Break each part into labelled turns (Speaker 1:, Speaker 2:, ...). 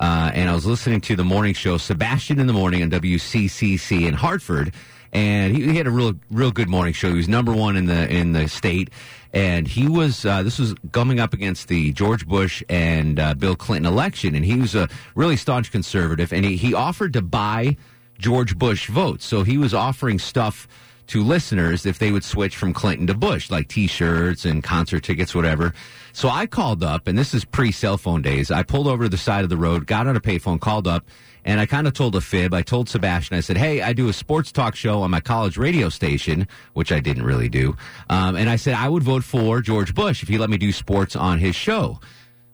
Speaker 1: Uh, and I was listening to the morning show, Sebastian in the Morning on WCCC in Hartford. And he, he had a real, real good morning show. He was number one in the in the state, and he was uh, this was coming up against the George Bush and uh, Bill Clinton election, and he was a really staunch conservative, and he, he offered to buy George Bush votes, so he was offering stuff to listeners if they would switch from Clinton to Bush, like T-shirts and concert tickets, whatever. So I called up, and this is pre-cell phone days. I pulled over to the side of the road, got on a payphone, called up, and I kind of told a fib. I told Sebastian, I said, "Hey, I do a sports talk show on my college radio station, which I didn't really do." Um, and I said I would vote for George Bush if he let me do sports on his show.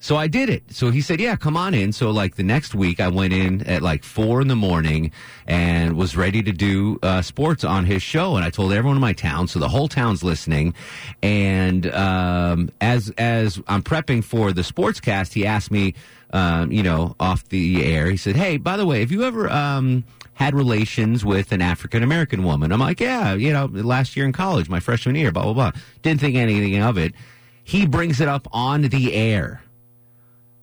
Speaker 1: So I did it. So he said, "Yeah, come on in." So like the next week, I went in at like four in the morning and was ready to do uh, sports on his show. And I told everyone in my town, so the whole town's listening. And um, as as I'm prepping for the sports cast, he asked me, um, you know, off the air. He said, "Hey, by the way, have you ever um, had relations with an African American woman?" I'm like, "Yeah, you know, last year in college, my freshman year, blah blah blah." Didn't think anything of it. He brings it up on the air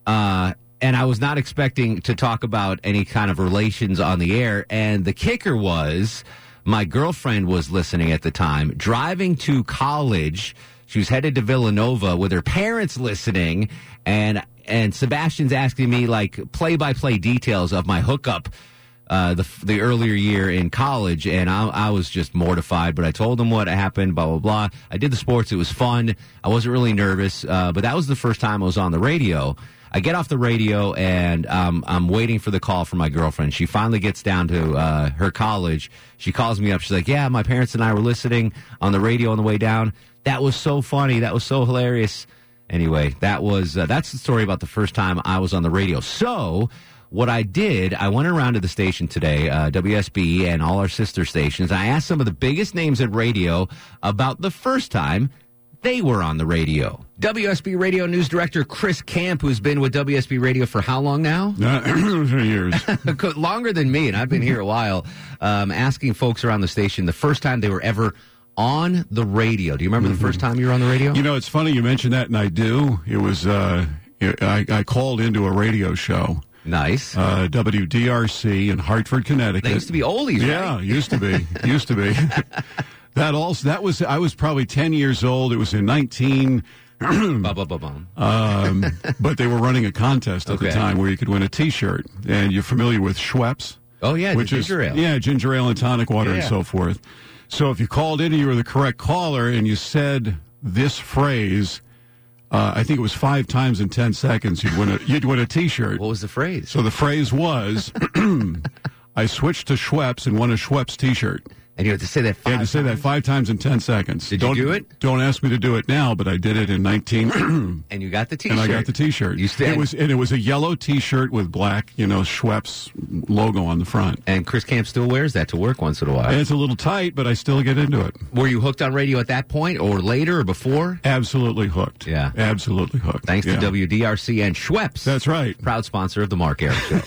Speaker 1: uh, and I was not expecting to talk about any kind of relations on the air. And the kicker was my girlfriend was listening at the time, driving to college. She was headed to Villanova with her parents listening, and and Sebastian's asking me like play by play details of my hookup. Uh, the the earlier year in college, and I, I was just mortified. But I told him what happened, blah blah blah. I did the sports; it was fun. I wasn't really nervous, uh, but that was the first time I was on the radio. I get off the radio and um, I'm waiting for the call from my girlfriend. She finally gets down to uh, her college. She calls me up. She's like, "Yeah, my parents and I were listening on the radio on the way down. That was so funny. That was so hilarious." Anyway, that was uh, that's the story about the first time I was on the radio. So. What I did, I went around to the station today, uh, WSB and all our sister stations. I asked some of the biggest names in radio about the first time they were on the radio. WSB Radio News Director Chris Camp, who's been with WSB Radio for how long now?
Speaker 2: for years.
Speaker 1: Longer than me, and I've been here a while, um, asking folks around the station the first time they were ever on the radio. Do you remember the first time you were on the radio?
Speaker 2: Mm-hmm. You know, it's funny you mentioned that, and I do. It was uh, it- I, I called into a radio show,
Speaker 1: nice.
Speaker 2: uh, WDRC in Hartford, Connecticut.
Speaker 1: they used to be oldies,
Speaker 2: yeah,
Speaker 1: right?
Speaker 2: used to be, used to be. that also that was I was probably ten years old. It was in nineteen. Hmm.
Speaker 1: Bum, bum, bum, bum.
Speaker 2: Um, but they were running a contest at the
Speaker 1: Okay.
Speaker 2: time where you could win a T-shirt, and you're familiar with Schweppes.
Speaker 1: Oh, yeah, the
Speaker 2: which is
Speaker 1: ginger ale.
Speaker 2: yeah, ginger ale and tonic water and
Speaker 1: Yeah.
Speaker 2: so forth. So if you called in and you were the correct caller and you said this phrase, uh, I think it was five times in ten seconds, you'd win a you'd win a T-shirt.
Speaker 1: What was the phrase?
Speaker 2: So the phrase was, I switched to Schweppes and won a Schweppes T-shirt.
Speaker 1: and you had to say that
Speaker 2: I
Speaker 1: five
Speaker 2: had to say that five times in ten seconds.
Speaker 1: Did you
Speaker 2: don't,
Speaker 1: do it?
Speaker 2: Don't ask me to do it now, but I did it in nineteen. 19-
Speaker 1: and you got the t-shirt.
Speaker 2: and I got the T-shirt.
Speaker 1: You
Speaker 2: it
Speaker 1: stand,
Speaker 2: was and it was a yellow T-shirt with black, you know, Schweppes logo on the front.
Speaker 1: and Chris Camp still wears that to work once in a while.
Speaker 2: And it's a little tight, but I still get into it.
Speaker 1: Were you hooked on radio at that point, or later, or before?
Speaker 2: Absolutely hooked.
Speaker 1: Yeah.
Speaker 2: absolutely hooked.
Speaker 1: Thanks
Speaker 2: yeah.
Speaker 1: to WDRC and Schweppes.
Speaker 2: That's right.
Speaker 1: Proud sponsor of the Mark Aram Show.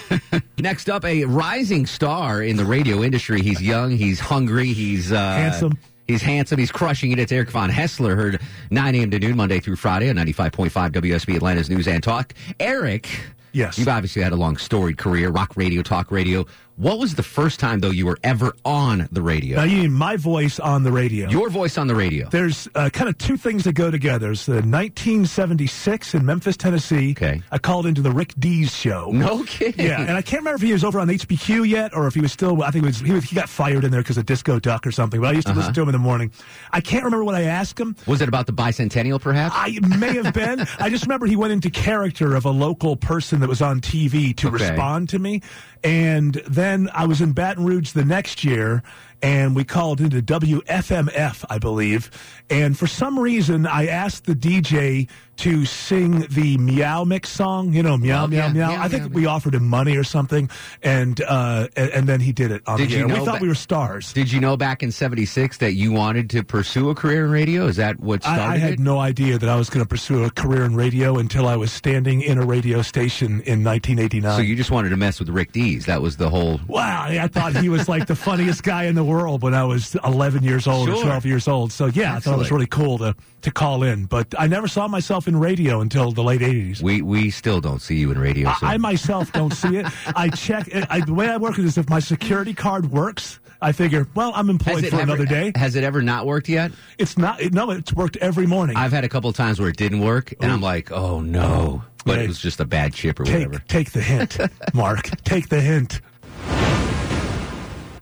Speaker 1: Next up, a rising star in the radio industry. He's young. He's hungry. He's uh,
Speaker 3: Handsome.
Speaker 1: He's handsome. He's crushing it. It's Eric Von Hessler, heard 9 a.m. to noon, Monday through Friday on 95.5 WSB Atlanta's News and Talk. Eric.
Speaker 2: Yes.
Speaker 1: You've obviously had a long storied career, rock radio, talk radio. What was the first time, though, you were ever on the radio?
Speaker 3: Now, you need my voice on the radio.
Speaker 1: Your voice on the radio.
Speaker 3: There's uh, kind of two things that go together. There's the 1976 in Memphis, Tennessee.
Speaker 1: Okay.
Speaker 3: I called into the Rick Dees show.
Speaker 1: No kidding.
Speaker 3: Yeah, and I can't remember if he was over on HBQ yet or if he was still. I think it was, he, was, he got fired in there because of Disco Duck or something. But I used
Speaker 1: Uh-huh.
Speaker 3: to listen to him in the morning. I can't remember what I asked him.
Speaker 1: Was it about the bicentennial, perhaps?
Speaker 3: I may have been. I just remember he went into character of a local person that was on TV to
Speaker 1: Okay.
Speaker 3: respond to me. And then I was in Baton Rouge the next year, and we called into WFMF, I believe. And for some reason, I asked the DJ to sing the Meow Mix song. You know, Meow,
Speaker 1: Oh,
Speaker 3: Meow,
Speaker 1: yeah,
Speaker 3: Meow.
Speaker 1: Meow,
Speaker 3: I think
Speaker 1: Meow,
Speaker 3: we offered him money or something, and uh, and, and then he did it on
Speaker 1: Did
Speaker 3: the
Speaker 1: you
Speaker 3: air.
Speaker 1: know
Speaker 3: we thought
Speaker 1: ba-
Speaker 3: we were stars.
Speaker 1: Did you know back in 76 that you wanted to pursue a career in radio? Is that what started
Speaker 3: I, I had
Speaker 1: it?
Speaker 3: no idea that I was going to pursue a career in radio until I was standing in a radio station in 1989.
Speaker 1: so you just wanted to mess with Rick Dees. That was the whole.
Speaker 3: wow, I thought he was like the funniest guy in the world when I was 11 years old
Speaker 1: Sure.
Speaker 3: or 12 years old. So yeah, I thought it was
Speaker 1: Excellent.
Speaker 3: really cool to to call in, but I never saw myself in radio until the late 80s.
Speaker 1: We we still don't see you in radio. So.
Speaker 3: I, I myself don't see it. I check. I, the way I work it is if my security card works, I figure, well, I'm employed for
Speaker 1: ever,
Speaker 3: another day.
Speaker 1: Has it ever not worked yet?
Speaker 3: It's not. It, no, it's worked every morning.
Speaker 1: I've had a couple of times where it didn't work, and I'm like, oh no. But it
Speaker 3: Right.
Speaker 1: was just a bad chip or
Speaker 3: take
Speaker 1: whatever.
Speaker 3: take the hint, Mark. Take the hint.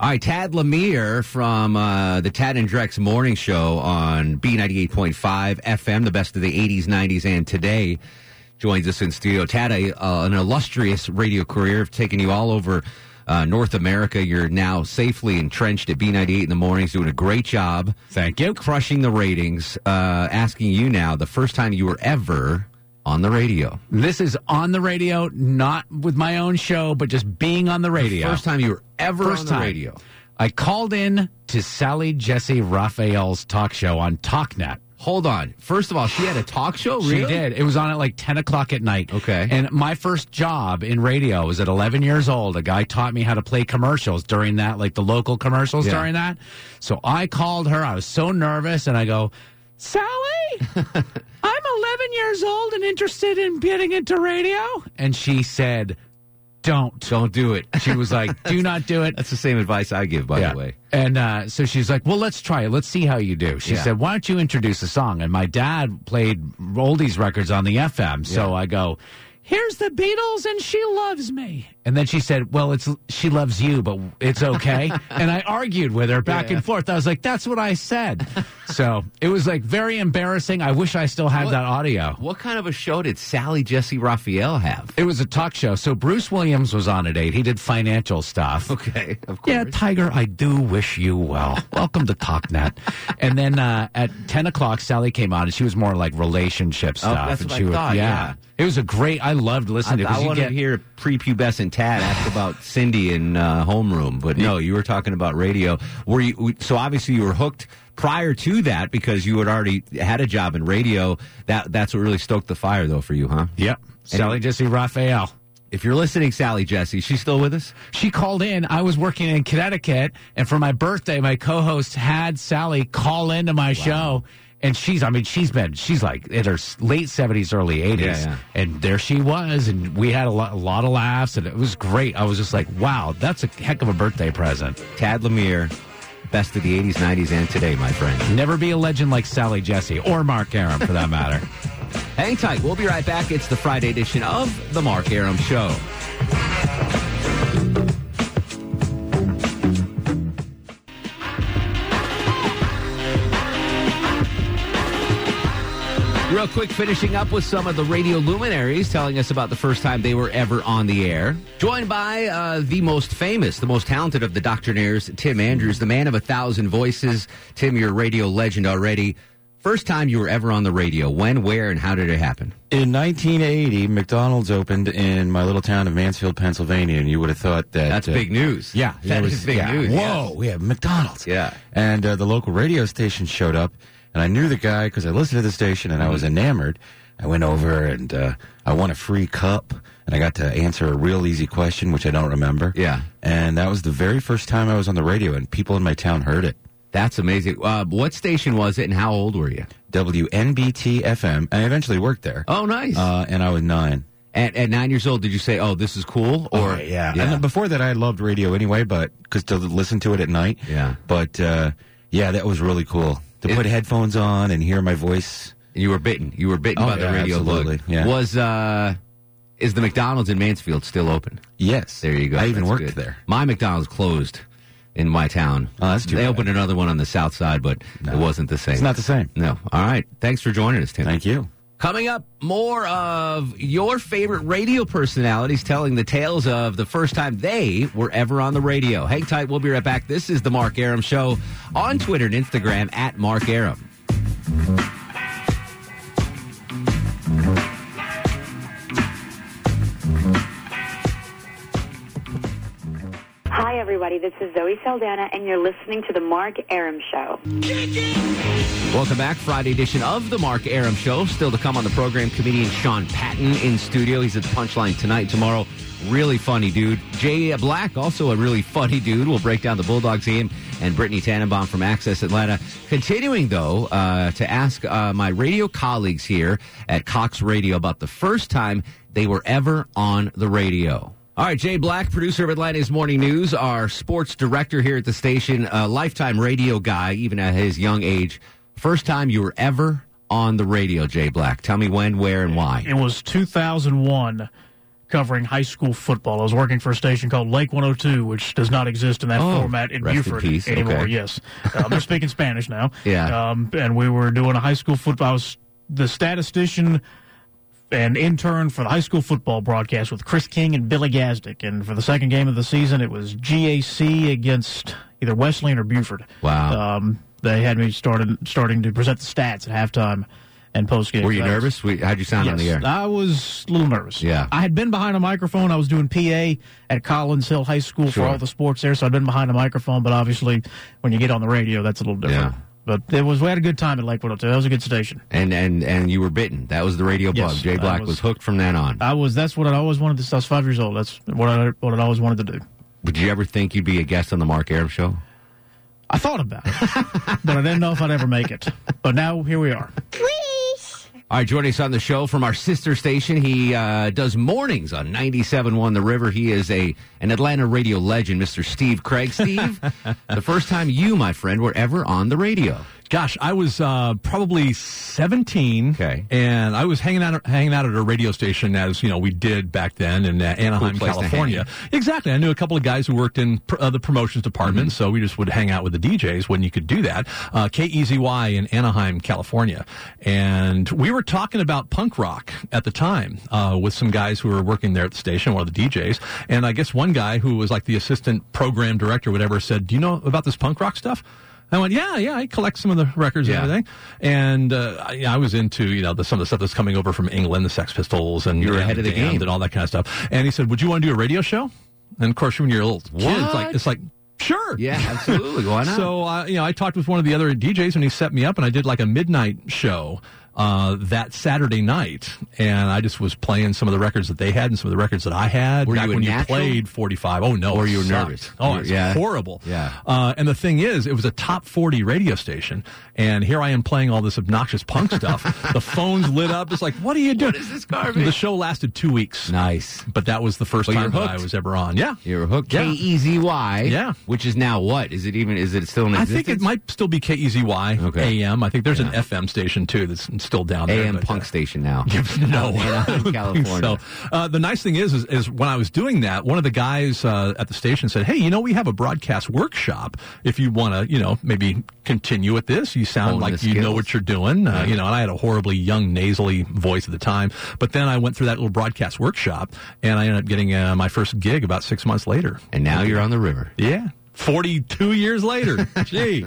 Speaker 1: All right, Tad Lemire from uh, the Tad and Drex Morning Show on B98.5 FM, the best of the 80s, 90s, and today, joins us in studio. Tad, a, uh, an illustrious radio career, have taken you all over uh, North America. You're now safely entrenched at B98 in the mornings, doing a great job.
Speaker 4: Thank you.
Speaker 1: Crushing the ratings. Uh, asking you now, the first time you were ever on the radio.
Speaker 4: This is on the radio, not with my own show, but just being on the radio.
Speaker 1: First time you were ever
Speaker 4: First
Speaker 1: on the
Speaker 4: time.
Speaker 1: radio.
Speaker 4: I called in to Sally Jesse Raphael's talk show on TalkNet.
Speaker 1: Hold on. First of all, she had a talk show,
Speaker 4: She
Speaker 1: really?
Speaker 4: did. It was on at like 10 o'clock at night.
Speaker 1: Okay.
Speaker 4: And my first job in radio was at 11 years old. A guy taught me how to play commercials during that, like the local commercials
Speaker 1: Yeah.
Speaker 4: during that. So I called her. I was so nervous and I go, Sally, I'm 11 years old and interested in getting into radio. And she said, don't.
Speaker 1: Don't do it.
Speaker 4: She was like, do not do it.
Speaker 1: That's the same advice I give, by the way.
Speaker 4: And uh, so she's like, well, let's try it. Let's see how you do. She
Speaker 1: Yeah.
Speaker 4: said, why don't you introduce a song? And my dad played oldies records on the FM. So I go, here's the Beatles and she loves me. And then she said, well, it's she loves you, but it's okay. and I argued with her back and forth. I was like, that's what I said. so it was like very embarrassing. I wish I still had that audio.
Speaker 1: What kind of a show did Sally Jesse Raphael have?
Speaker 4: It was a talk show. So Bruce Williams was on at eight. He did financial stuff.
Speaker 1: Okay, of course.
Speaker 4: Yeah, Tiger, I do wish you well. Welcome to TalkNet. and then uh, at 10 o'clock, Sally came on, and she was more like relationship stuff.
Speaker 1: Oh, that's
Speaker 4: and
Speaker 1: what
Speaker 4: she
Speaker 1: I
Speaker 4: was,
Speaker 1: thought, yeah.
Speaker 4: It was a great, I loved listening to it.
Speaker 1: I,
Speaker 4: 'cause
Speaker 1: I
Speaker 4: you
Speaker 1: wanted
Speaker 4: get-
Speaker 1: to hear prepubescent Tad ask about Cindy in uh, homeroom, but no, you were talking about radio. Were you so obviously you were hooked prior to that because you had already had a job in radio. That that's what really stoked the fire though for you, huh?
Speaker 4: Yep. Sally Jesse Raphael.
Speaker 1: If you're listening, Sally Jesse, she's still with us.
Speaker 4: She called in. I was working in Connecticut, and for my birthday, my co-host had Sally call into my show. And she's, I mean, she's been, she's like in her s- late seventies, early eighties,
Speaker 1: Yeah, yeah.
Speaker 4: and there she was, and we had a lot, a lot of laughs, and it was great. I was just like, wow, that's a heck of a birthday present.
Speaker 1: Tad Lemire, best of the '80s, '90s, and today, my friend.
Speaker 4: Never be a legend like Sally Jesse or Mark Aram, for that matter.
Speaker 1: Hang tight. We'll be right back. It's the Friday edition of The Mark Aram Show. Real quick, finishing up with some of the radio luminaries telling us about the first time they were ever on the air. Joined by uh, the most famous, the most talented of the doctrinaires, Tim Andrews, the man of a thousand voices. Tim, you're a radio legend already. First time you were ever on the radio, when, where, and how did it happen?
Speaker 5: In 1980, McDonald's opened in my little town of Mansfield, Pennsylvania, and you would have thought that
Speaker 1: That's
Speaker 5: uh,
Speaker 1: big news.
Speaker 5: Yeah,
Speaker 1: that
Speaker 5: it
Speaker 1: is
Speaker 5: was-
Speaker 1: big
Speaker 5: yeah.
Speaker 1: news.
Speaker 5: Whoa, we have McDonald's.
Speaker 1: Yeah.
Speaker 5: and uh, the local radio station showed up, and I knew the guy because I listened to the station, and I was
Speaker 1: Mm-hmm.
Speaker 5: enamored. I went over and uh, I won a free cup, and I got to answer a real easy question, which I don't remember.
Speaker 1: Yeah.
Speaker 5: and that was the very first time I was on the radio, and people in my town heard it.
Speaker 1: That's amazing. Uh, what station was it, and how old were you?
Speaker 5: WNBT FM. I eventually worked there.
Speaker 1: Oh, nice.
Speaker 5: Uh, and I was nine.
Speaker 1: at, at nine years old, did you say, "Oh, this is cool"? Or
Speaker 5: Oh, yeah. And then before that, I loved radio anyway, but because to listen to it at night.
Speaker 1: Yeah.
Speaker 5: But uh, yeah, that was really cool to
Speaker 1: It-
Speaker 5: put headphones on and hear my voice.
Speaker 1: you were bitten. You were bitten
Speaker 5: Oh,
Speaker 1: by the
Speaker 5: yeah,
Speaker 1: radio
Speaker 5: absolutely.
Speaker 1: bug.
Speaker 5: Yeah.
Speaker 1: Was uh, is the McDonald's in Mansfield still open?
Speaker 5: Yes,
Speaker 1: There you go.
Speaker 5: I even
Speaker 1: That's
Speaker 5: worked
Speaker 1: good.
Speaker 5: there.
Speaker 1: My McDonald's closed in my town.
Speaker 5: Oh, that's too
Speaker 1: They
Speaker 5: bad.
Speaker 1: opened another one on the south side, but it wasn't the same.
Speaker 5: It's not the same.
Speaker 1: No. All right. Thanks for joining us, Tim.
Speaker 5: Thank you.
Speaker 1: Coming up, more of your favorite radio personalities telling the tales of the first time they were ever on the radio. Hang tight. We'll be right back. This is The Mark Aram Show on Twitter and Instagram at Mark Aram.
Speaker 6: Hi, everybody. This is Zoe Saldana, and you're listening to The Mark Aram Show.
Speaker 1: Welcome back, Friday edition of the Mark Aram Show. Still to come on the program, comedian Sean Patton in studio. He's at the Punchline tonight, tomorrow. Really funny dude. Jay Black, also a really funny dude. We'll break down the Bulldogs game and Brittany Tannenbaum from Access Atlanta. Continuing though uh, to ask uh, my radio colleagues here at Cox Radio about the first time they were ever on the radio. All right, Jay Black, producer of Atlanta's Morning News, our sports director here at the station, a lifetime radio guy, even at his young age. First time you were ever on the radio, Jay Black. Tell me when, where, and why.
Speaker 7: It was 2001 covering high school football. I was working for a station called Lake 102, which does not exist in that
Speaker 1: Oh,
Speaker 7: format in
Speaker 1: rest in
Speaker 7: Buford
Speaker 1: peace.
Speaker 7: anymore.
Speaker 1: Okay.
Speaker 7: Yes. Um, they're speaking Spanish now.
Speaker 1: Yeah.
Speaker 7: Um, and we were doing a high school football. I was the statistician and intern for the high school football broadcast with Chris King and Billy Gazdick. And for the second game of the season, it was GAC against either Wesleyan or Buford.
Speaker 1: Wow.
Speaker 7: Um, they had me started, starting to present the stats at halftime and postgame.
Speaker 1: Were you
Speaker 7: So that was-
Speaker 1: nervous? We- How'd you sound on the air?
Speaker 7: I was a little nervous.
Speaker 1: Yeah.
Speaker 7: I had been behind a microphone. I was doing PA at Collins Hill High School
Speaker 1: Sure.
Speaker 7: for all the sports there, so I'd been behind a microphone, but obviously when you get on the radio, that's a little different.
Speaker 1: Yeah.
Speaker 7: But it was we had a good time at Lake 102. That was a good station.
Speaker 1: And and and you were bitten. That was the radio
Speaker 7: Yes,
Speaker 1: bug. Jay
Speaker 7: I
Speaker 1: Black was,
Speaker 7: was-
Speaker 1: hooked from then on.
Speaker 7: I was that's what I always wanted to I was five years old. That's what I what I always wanted to do.
Speaker 1: Would you ever think you'd be a guest on the Mark Aram Show?
Speaker 7: I thought about it. but I didn't know if I'd ever make it. But now here we are.
Speaker 1: All right, joining us on the show from our sister station, he uh, does mornings on 97.1 The River. He is a an Atlanta radio legend, Mr. Steve Craig. Steve, the first time you, my friend, were ever on the radio.
Speaker 8: Gosh, I was uh, probably seventeen,
Speaker 1: Okay.
Speaker 8: and I was hanging out hanging out at a radio station as you know we did back then in uh, Anaheim,
Speaker 1: place to
Speaker 8: California. Exactly, I knew a couple of guys who worked in pr- uh, the promotions
Speaker 1: Mm-hmm.
Speaker 8: department, so we just would hang out with the DJs when you could do that. Uh, KEZY in Anaheim, California, and we were talking about punk rock at the time uh, with some guys who were working there at the station, one of the DJs, and I guess one guy who was like the assistant program director, whatever, said, "Do you know about this punk rock stuff?" I went, yeah, yeah, I collect some of the records
Speaker 1: Yeah.
Speaker 8: and everything. And uh, I, I was into, you know, the, some of the stuff that's coming over from England, the Sex Pistols and,
Speaker 1: You were
Speaker 8: and
Speaker 1: ahead of the
Speaker 8: Damned
Speaker 1: game.
Speaker 8: and all that kind of stuff. And he said, would you want to do a radio show? And of course, when you're a little kid, it's
Speaker 1: What?
Speaker 8: like, it's like, sure.
Speaker 1: Yeah, absolutely. Why not?
Speaker 8: So, uh, you know, I talked with one of the other DJs and he set me up and I did like a midnight show uh, that Saturday night. And I just was playing some of the records that they had and some of the records that I had.
Speaker 1: Were
Speaker 8: back
Speaker 1: you a
Speaker 8: when
Speaker 1: natural?
Speaker 8: you played 45. Oh, no.
Speaker 1: Or
Speaker 8: it
Speaker 1: you were
Speaker 8: sucked.
Speaker 1: nervous?
Speaker 8: Oh,
Speaker 1: You-
Speaker 8: it's
Speaker 1: yeah.
Speaker 8: horrible.
Speaker 1: Yeah.
Speaker 8: Uh, and the thing is, it was a top 40 radio station. And here I am playing all this obnoxious punk stuff. the phones lit up. It's like, what are you doing?
Speaker 1: is this garbage?
Speaker 8: The show lasted two weeks.
Speaker 1: nice.
Speaker 8: But that was the first
Speaker 1: Well, you're
Speaker 8: time that I
Speaker 1: hooked.
Speaker 8: was ever on. Yeah.
Speaker 1: You were hooked.
Speaker 8: Yeah.
Speaker 1: K E Z Y.
Speaker 8: Yeah.
Speaker 1: Which is now what? Is it even? Is it still in
Speaker 8: I
Speaker 1: existence?
Speaker 8: think it might still be E KEZY
Speaker 1: Okay.
Speaker 8: AM. I think there's an FM station too that's still down there.
Speaker 1: AM
Speaker 8: but, uh,
Speaker 1: Punk Station now. Uh,
Speaker 8: no,
Speaker 1: Anaheim,
Speaker 8: I don't think
Speaker 1: California.
Speaker 8: So uh, the nice thing is, is, is when I was doing that, one of the guys uh, at the station said, "Hey, you know, we have a broadcast workshop. If you want to, you know, maybe continue with this, you sound
Speaker 1: Hone
Speaker 8: like
Speaker 1: the
Speaker 8: you know
Speaker 1: skills.
Speaker 8: what you're doing. Uh, you know." And I had a horribly young, nasally voice at the time. But then I went through that little broadcast workshop, and I ended up getting uh, my first gig about six months later.
Speaker 1: And now you're on the river.
Speaker 8: Yeah, forty-two years later. Gee.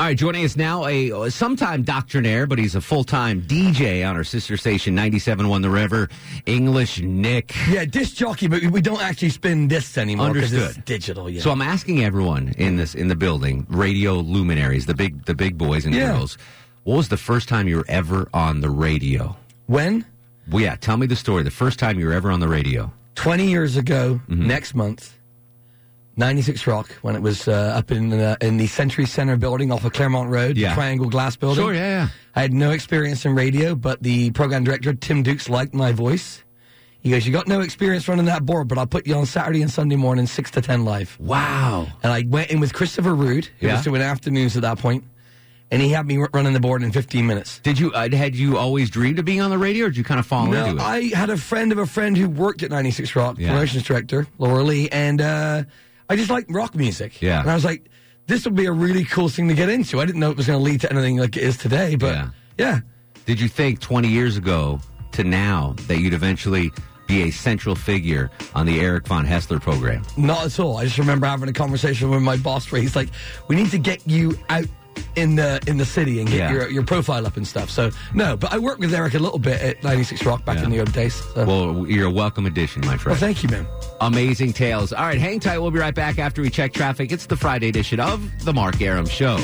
Speaker 1: All right, joining us now, a sometime doctrinaire, but he's a full time DJ on our sister station, 97.1 The River, English Nick.
Speaker 9: Yeah, disc jockey, but we don't actually spin discs anymore. 'cause
Speaker 1: Understood.
Speaker 9: It's digital, yeah.
Speaker 1: So I'm asking everyone in this in the building, radio luminaries, the big the big boys and
Speaker 9: Yeah.
Speaker 1: girls, what was the first time you were ever on the radio?
Speaker 9: when?
Speaker 1: Well, yeah, tell me the story. The first time you were ever on the radio.
Speaker 9: 20 years ago, next month, 96 Rock when it was uh, up in uh, in the Century Center building off of Claremont Road,
Speaker 1: Yeah.
Speaker 9: the triangle glass building.
Speaker 1: Sure, yeah, yeah.
Speaker 9: I had no experience in radio, but the program director, Tim Dukes, liked my voice. He goes, You got no experience running that board, but I'll put you on Saturday and Sunday morning, 6 to 10 live.
Speaker 1: Wow.
Speaker 9: And I went in with Christopher Rood, who
Speaker 1: Yeah.
Speaker 9: was doing afternoons at that point, and he had me r- running the board in 15 minutes.
Speaker 1: Did you uh, had you always dreamed of being on the radio, or did you kind of fall
Speaker 9: No,
Speaker 1: into it?
Speaker 9: I had a friend of a friend who worked at 96 Rock,
Speaker 1: Yeah.
Speaker 9: promotions director, Laura Lee, and uh, I just liked rock music.
Speaker 1: Yeah.
Speaker 9: And I was like, this would be a really cool thing to get into. I didn't know it was going to lead to anything like it is today, but
Speaker 1: Yeah.
Speaker 9: yeah.
Speaker 1: Did you think 20 years ago to now that you'd eventually be a central figure on the Eric Von Hessler program?
Speaker 9: not at all. I just remember having a conversation with my boss where he's like, we need to get you out in the in the city and get
Speaker 1: Yeah.
Speaker 9: your, your profile up and stuff. So, no, but I worked with Eric a little bit at 96 Rock back in the old days. So.
Speaker 1: Well, you're a welcome addition, my
Speaker 9: Uh. well,
Speaker 1: friend.
Speaker 9: thank you, man.
Speaker 1: Amazing tales. All right, hang tight. We'll be right back after we check traffic. It's the Friday edition of The Mark Aram Show.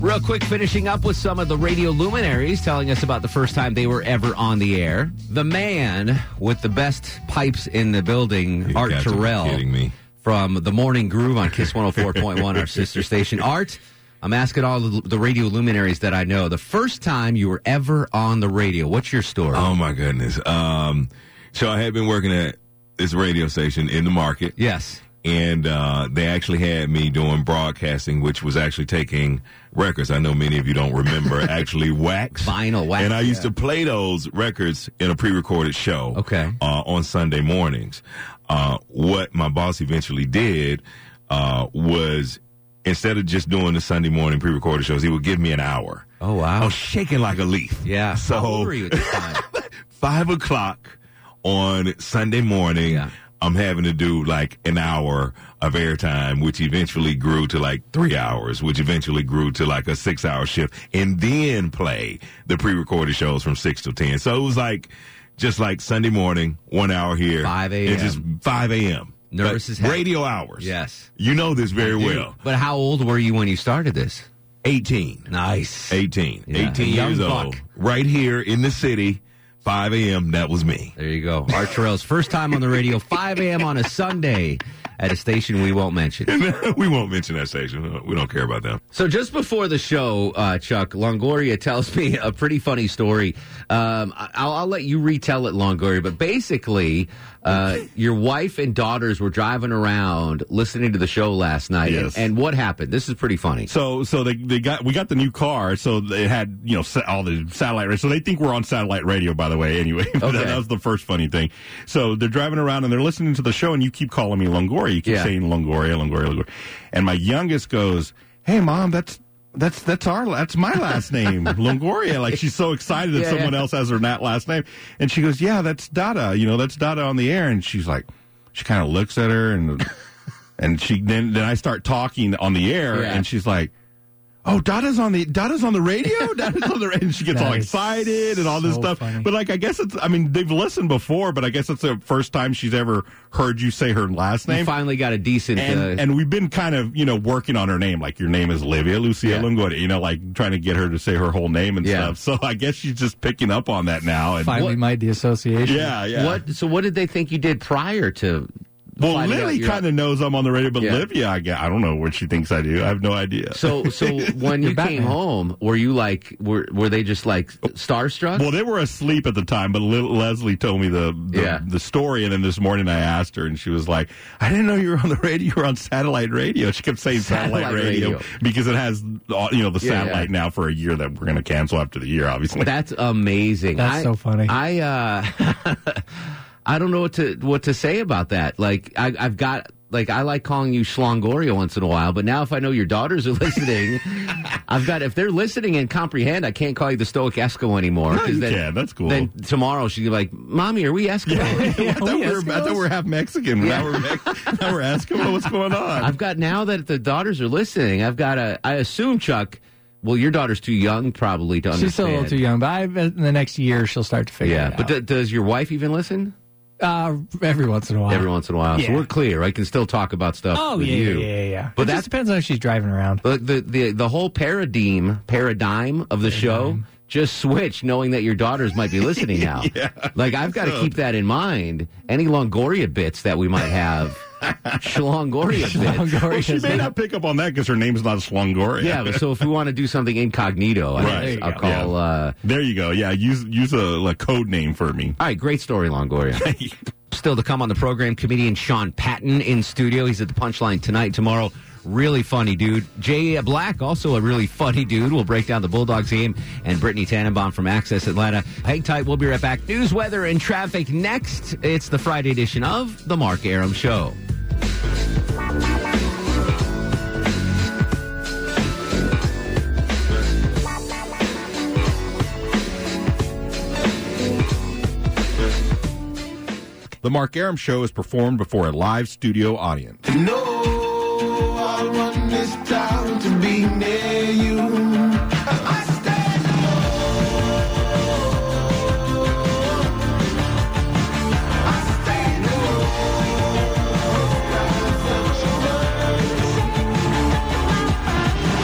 Speaker 1: Real quick, finishing up with some of the radio luminaries telling us about the first time they were ever on the air. The man with the best pipes in the building, Art
Speaker 10: got to be
Speaker 1: Terrell.
Speaker 10: kidding me.
Speaker 1: From the Morning Groove on Kiss 104.1, our sister station. Art, I'm asking all the, the radio luminaries that I know the first time you were ever on the radio. What's your story?
Speaker 10: Oh my goodness. Um, so I had been working at this radio station in the market.
Speaker 1: Yes.
Speaker 10: And uh, they actually had me doing broadcasting, which was actually taking records. I know many of you don't remember actually wax.
Speaker 1: Vinyl wax,
Speaker 10: And I used
Speaker 1: yeah.
Speaker 10: to play those records in a pre recorded show.
Speaker 1: Okay.
Speaker 10: uh, on Sunday mornings. Uh, what my boss eventually did uh, was instead of just doing the Sunday morning pre recorded shows, he would give me an hour.
Speaker 1: Oh,
Speaker 10: I
Speaker 1: wow.
Speaker 10: was shaking like a leaf.
Speaker 1: Yeah.
Speaker 10: So
Speaker 1: How old were you at this time?
Speaker 10: five o'clock on Sunday morning.
Speaker 1: Yeah.
Speaker 10: I'm having to do like an hour of airtime, which eventually grew to like three hours, which eventually grew to like a six hour shift, and then play the pre recorded shows from six to 10. So it was like just like Sunday morning, one hour here,
Speaker 1: 5 a.m..
Speaker 10: and just 5 a.m.
Speaker 1: Nervous
Speaker 10: But
Speaker 1: as hell.
Speaker 10: Radio hours.
Speaker 1: Yes.
Speaker 10: You know this very well.
Speaker 1: But how old were you when you started this?
Speaker 10: 18.
Speaker 1: Nice.
Speaker 10: 18.
Speaker 1: Yeah.
Speaker 10: 18
Speaker 1: Young
Speaker 10: years
Speaker 1: buck.
Speaker 10: old. Right here in the city, 5 a.m. That was me.
Speaker 1: There you go. Art Terrell's first time on the radio, 5 a.m. on a Sunday at a station we won't mention.
Speaker 10: we won't mention that station. We don't care about them.
Speaker 1: So just before the show, uh, Chuck, Longoria tells me a pretty funny story. Um, I- I'll, I'll let you retell it, Longoria, but basically, uh, your wife and daughters were driving around listening to the show last night.
Speaker 10: Yes.
Speaker 1: And, and what happened? This is pretty funny.
Speaker 10: So, so they, they got we got the new car. So it had you know sa- all the satellite. ra- So they think we're on satellite radio, by the way. Anyway, But
Speaker 1: Okay.
Speaker 10: that, that was the first funny thing. So they're driving around and they're listening to the show, and you keep calling me Longoria. You keep
Speaker 1: Yeah.
Speaker 10: saying Longoria, Longoria, Longoria. And my youngest goes, "Hey, mom, that's." That's that's our that's my last name Longoria. Like she's so excited that
Speaker 1: Yeah,
Speaker 10: someone
Speaker 1: yeah.
Speaker 10: else has her not last name, and she goes, "Yeah, that's Dada. You know, that's Dada on the air." And she's like, she kind of looks at her and and she then then I start talking on the air,
Speaker 1: Yeah.
Speaker 10: and she's like, "Oh, Dada's on the Dada's on the radio. Dada's on the radio." And she gets
Speaker 7: That
Speaker 10: all
Speaker 7: is
Speaker 10: excited and all this
Speaker 7: so
Speaker 10: stuff.
Speaker 7: funny.
Speaker 10: But like, I guess it's. I mean, they've listened before, but I guess it's the first time she's ever heard you say her last
Speaker 1: You
Speaker 10: name.
Speaker 1: finally got a decent.
Speaker 10: And,
Speaker 1: uh,
Speaker 10: and we've been kind of, you know, working on her name. Like, your name is Livia Lucia
Speaker 1: Yeah.
Speaker 10: Longoria, you know, like trying to get her to say her whole name and
Speaker 1: Yeah.
Speaker 10: stuff. So I guess she's just picking up on that now. And
Speaker 4: Finally,
Speaker 1: What-
Speaker 4: made the association.
Speaker 10: yeah, yeah.
Speaker 1: What? So what did they think you did prior to?
Speaker 10: Well,
Speaker 1: finding out
Speaker 10: Lily
Speaker 1: you're-
Speaker 10: kind of knows I'm on the radio, but
Speaker 1: Yeah.
Speaker 10: Livia, I, guess, I don't know what she thinks I do. I have no idea.
Speaker 1: So, so when you
Speaker 4: Batman.
Speaker 1: came home, were you like, were were they just like starstruck?
Speaker 10: Oh. Well, they were asleep at the time, but Lil Leslie told me the the,
Speaker 1: Yeah.
Speaker 10: the story, and then this morning I asked her, and she was like, "I didn't know you were on the radio. You were on satellite radio." She kept saying satellite,
Speaker 1: Satellite
Speaker 10: radio,
Speaker 1: radio.
Speaker 10: because it has all- you know the
Speaker 1: Yeah, yeah.
Speaker 10: satellite now for a year that we're going to cancel after the year, obviously.
Speaker 1: That's amazing.
Speaker 4: That's
Speaker 1: I-
Speaker 4: so funny.
Speaker 1: I uh, I don't know what to what to say about that. Like, I, I've got. Like I like calling you Schlongoria once in a while, but now if I know your daughters are listening, I've got if they're listening and comprehend, I can't call you the Stoic Eskimo anymore.
Speaker 10: No,
Speaker 1: 'cause
Speaker 10: you
Speaker 1: then,
Speaker 10: can. That's cool.
Speaker 1: Then tomorrow she'll be like, "Mommy, are we Eskimo?"
Speaker 10: I, thought we were, I thought we were half Mexican. Now we're Mex- now we're Eskimo. What's going on?
Speaker 1: I've got now that the daughters are listening. I've got a. I assume Chuck. Well, your daughter's too young probably to understand.
Speaker 4: She's still a little too young, but I bet in the next year she'll start to figure
Speaker 1: Yeah,
Speaker 4: it out.
Speaker 1: but d- does your wife even listen?
Speaker 4: uh, every once in a while.
Speaker 1: Every once in a while, so
Speaker 7: Yeah.
Speaker 1: we're clear. I can still talk about stuff.
Speaker 4: oh,
Speaker 1: with
Speaker 4: yeah,
Speaker 1: you.
Speaker 4: yeah, yeah, yeah.
Speaker 1: But
Speaker 4: But it
Speaker 1: that-
Speaker 4: just depends on if she's driving around.
Speaker 1: But the the the whole paradigm paradigm of the show just switch knowing that your daughters might be listening now. Like, I've got to keep that in mind. Any Longoria bits that we might have, Shlongoria bits.
Speaker 10: well, she may not pick up on that because her name's not Slongoria.
Speaker 1: Yeah, but so if we want to do something incognito, I
Speaker 10: Right.
Speaker 1: I'll call. Uh,
Speaker 10: there you go. Yeah, use use a like, code name for me.
Speaker 1: All right, great story, Longoria. Still to come on the program, comedian Sean Patton in studio. He's at the Punchline tonight, tomorrow. Really funny dude. Jay Black, also a really funny dude. We'll break down the Bulldogs game and Brittany Tannenbaum from Access Atlanta. Hang tight. We'll be right back. News, weather, and traffic next. It's the Friday edition of The Mark Aram Show.
Speaker 10: The Mark Aram Show is performed before a live studio audience.
Speaker 11: No, I want this town to be near you. I stand alone. I stand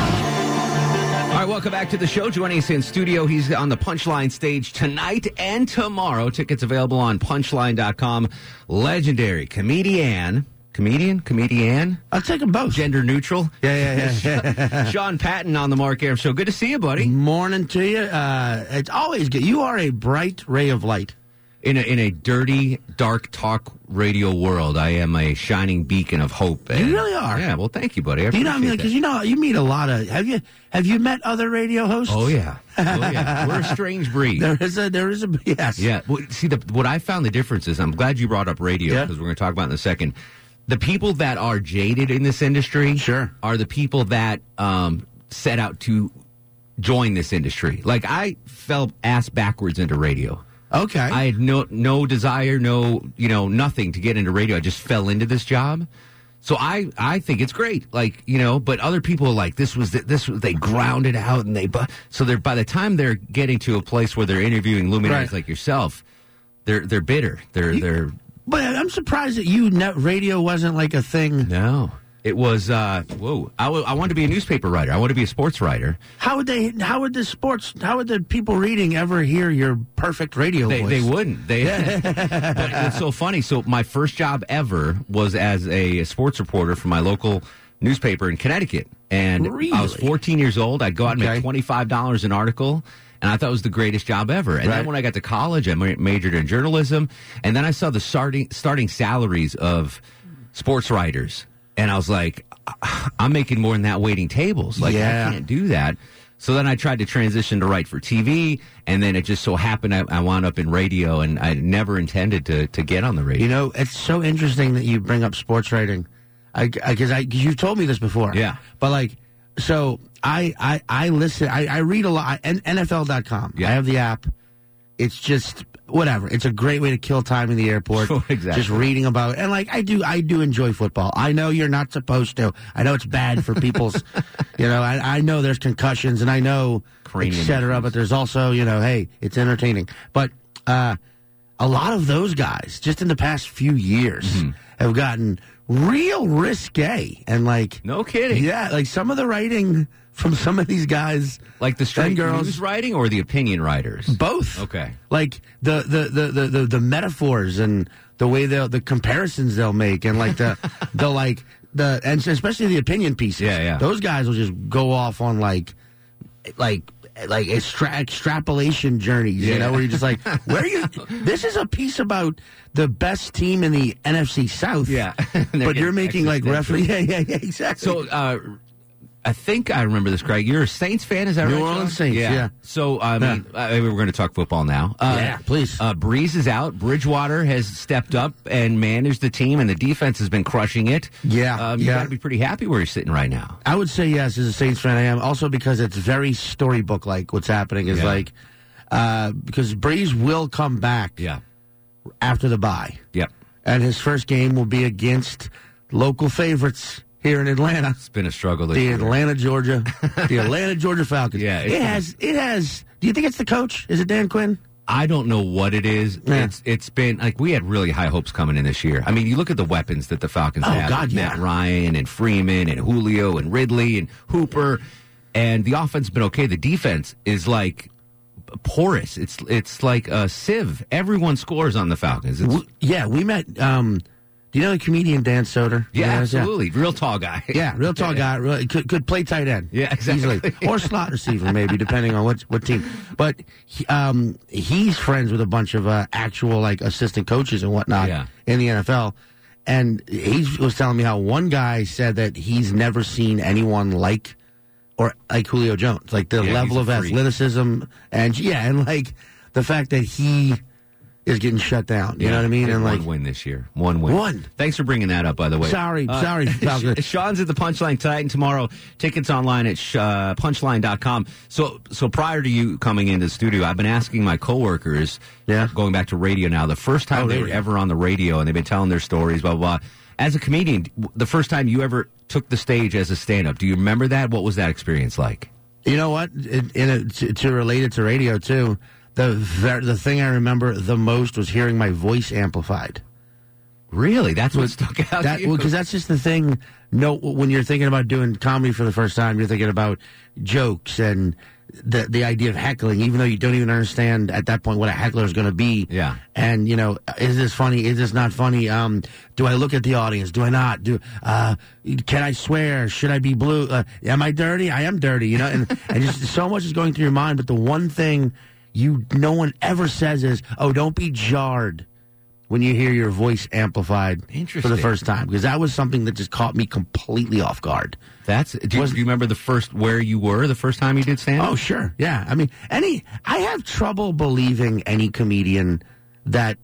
Speaker 1: All right, welcome back to the show. Joining us in studio, he's on the Punchline stage tonight and tomorrow. Tickets available on punchline.com. Legendary comedian. Comedian? Comedian? I'll take them both. Gender neutral? Yeah, Sean Patton on the Mark Aram Show. Good to see you, buddy.
Speaker 12: Morning to you. Uh, it's always good. You are a bright ray of light.
Speaker 1: In a, in a dirty, dark talk radio world, I am a shining beacon of hope. and-
Speaker 12: really are.
Speaker 1: Yeah, well, thank you, buddy. I
Speaker 12: you know, I mean,
Speaker 1: appreciate
Speaker 12: because
Speaker 1: that.
Speaker 12: you know, you meet a lot of. Have you have you met other radio hosts?
Speaker 1: Oh, yeah. Oh, yeah. We're a strange breed.
Speaker 12: There is a there is a yes.
Speaker 1: Yeah. Well, see, the, what I found the difference is I'm glad you brought up radio because we're going to talk about it in a second. The people that are jaded in this industry sure. are the people that um, set out to join this industry. Like I fell ass backwards into radio.
Speaker 12: Okay.
Speaker 1: I had no no desire, no you know nothing to get into radio. I just fell into this job. So I, I think it's great, like you know. But other people are like this was the, this was, they ground it out and they bu- so they're by the time they're getting to a place where they're interviewing luminaries like yourself, they're they're bitter. They're they're
Speaker 12: But I'm surprised that you ne- radio wasn't like a thing.
Speaker 1: No. It was uh whoa. I wa- I wanted to be a newspaper writer. I want to be a sports writer.
Speaker 12: How would they? How would the sports? How would the people reading ever hear your perfect radio
Speaker 1: They,
Speaker 12: voice?
Speaker 1: they wouldn't. They. but it's so funny. So my first job ever was as a sports reporter for my local newspaper in Connecticut, and I was 14 years old. I'd go out and make 25 dollars an article. And I thought it was the greatest job ever. And then when I got to college, I ma- majored in journalism. And then I saw the starting starting salaries of sports writers, and I was like, "I- I'm making more than that waiting tables. Like
Speaker 12: Yeah.
Speaker 1: I can't do that. So then I tried to transition to write for TV, and then it just so happened I, I wound up in radio, and I never intended to to get on the radio.
Speaker 12: You know, it's so interesting that you bring up sports writing, because I, because you've told me this before. Yeah, but like, so I I I listen. I, I read a lot. N- NFL.com. I have the app. It's just whatever. It's a great way to kill time in the airport.
Speaker 1: Exactly.
Speaker 12: Just reading about it, and like I do, I do enjoy football. I know you're not supposed to. I know it's bad for people's. you know, I, I know there's concussions, and I know
Speaker 1: Cranium
Speaker 12: et cetera, But there's also, you know, hey, it's entertaining. But uh, a lot of those guys, just in the past few years,
Speaker 1: Mm-hmm.
Speaker 12: have gotten real risque and like
Speaker 1: no kidding.
Speaker 12: Yeah, like some of the writing from some of these guys,
Speaker 1: like the
Speaker 12: and
Speaker 1: straight
Speaker 12: girls,
Speaker 1: news writing or the opinion writers?
Speaker 12: both.
Speaker 1: Okay.
Speaker 12: Like the the, the, the, the the metaphors and the way they'll the comparisons they'll make and like the the like the and especially the opinion pieces. Yeah, yeah. Those guys will just go off on like like like extra, extrapolation journeys, you know, where you're just like, where are you? This is a piece about the best team in the NFC South. Yeah, but you're making like
Speaker 1: reference.
Speaker 12: reference. Yeah, yeah, yeah, exactly.
Speaker 1: So uh, I think I remember this, Craig. You're a Saints fan, is that
Speaker 12: New
Speaker 1: right?
Speaker 12: Orleans
Speaker 1: Sean?
Speaker 12: Saints, yeah.
Speaker 1: So I mean, I mean, we're going to talk football now. Uh,
Speaker 12: Yeah,
Speaker 1: please. Uh, Breeze is out. Bridgewater has stepped up and managed the team, and the defense has been crushing it.
Speaker 12: yeah,
Speaker 1: Um, you
Speaker 12: yeah.
Speaker 1: got to be pretty happy where you're sitting right now.
Speaker 12: I would say yes as a Saints fan. I am also because it's very storybook like. What's happening is
Speaker 1: Yeah.
Speaker 12: like uh, because Breeze will come back.
Speaker 1: Yeah.
Speaker 12: After the bye.
Speaker 1: Yep.
Speaker 12: And his first game will be against local favorites here in Atlanta.
Speaker 1: It's been a struggle. This
Speaker 12: The
Speaker 1: year.
Speaker 12: Atlanta, Georgia, the Atlanta, Georgia Falcons.
Speaker 1: Yeah, it's
Speaker 12: it
Speaker 1: been-
Speaker 12: has. It has. Do you think it's the coach? Is it Dan Quinn?
Speaker 1: I don't know what it is. It's it's been like we had really high hopes coming in this year. I mean, you look at the weapons that the Falcons
Speaker 12: Oh,
Speaker 1: have:
Speaker 12: God, yeah.
Speaker 1: Matt Ryan and Freeman and Julio and Ridley and Hooper, and the offense has been okay. The defense is like porous. It's it's like a sieve. Everyone scores on the Falcons. It's,
Speaker 12: We- yeah, we met. Um, do you know the comedian Dan Soder?
Speaker 1: yeah,
Speaker 12: You know,
Speaker 1: absolutely. Real tall guy.
Speaker 12: Yeah, real tall guy. Really, could, could play tight end.
Speaker 1: Yeah, exactly.
Speaker 12: Easily. Or slot receiver, maybe, depending on what what team. But he, um, he's friends with a bunch of uh, actual like assistant coaches and whatnot in the NFL. And he was telling me how one guy said that he's never seen anyone like or like Julio Jones, like the
Speaker 13: Yeah,
Speaker 12: level
Speaker 13: he's
Speaker 12: of
Speaker 13: a freak.
Speaker 12: athleticism and yeah, and like the fact that he is getting shut down. You know what I mean?
Speaker 1: They had
Speaker 12: And like
Speaker 1: one win this year. One win.
Speaker 12: One.
Speaker 1: Thanks for bringing that up, by the way. Uh,
Speaker 12: Sorry, sorry, Falcons.
Speaker 1: Sean's at the Punchline tonight and tomorrow. Tickets online at sh- uh, punchline.com. So, so prior to you coming into the studio, I've been asking my coworkers, yeah. going back to radio now, the first
Speaker 12: Oh,
Speaker 1: time they were ever on the radio and they've been telling their stories, blah, blah, blah. As a comedian, w- the first time you ever took the stage as a stand up, do you remember that? What was that experience like?
Speaker 12: You know what? In, in a, to, to relate it to radio too, the ver- the thing I remember the most was hearing my voice amplified.
Speaker 1: Really, that's what stuck out to
Speaker 12: That,
Speaker 1: you?
Speaker 12: well, because that's just the thing. No, when you're thinking about doing comedy for the first time, you're thinking about jokes and the the idea of heckling, even though you don't even understand at that point what a heckler is going to be. Yeah. And you know, is this funny? Is this not funny? Um, do I look at the audience? Do I not? Do uh, can I swear? Should I be blue? Uh, am I dirty? I am dirty. You know, and and just so much is going through your mind. But the one thing you no one ever says is, "Oh, don't be jarred." when you hear your voice amplified for the
Speaker 1: Interesting.
Speaker 12: first time because that was something that just caught me completely off guard.
Speaker 1: That's do you, do you remember the first where you were the first time you did stand?
Speaker 12: Oh sure, yeah. I mean, any I have trouble believing any comedian that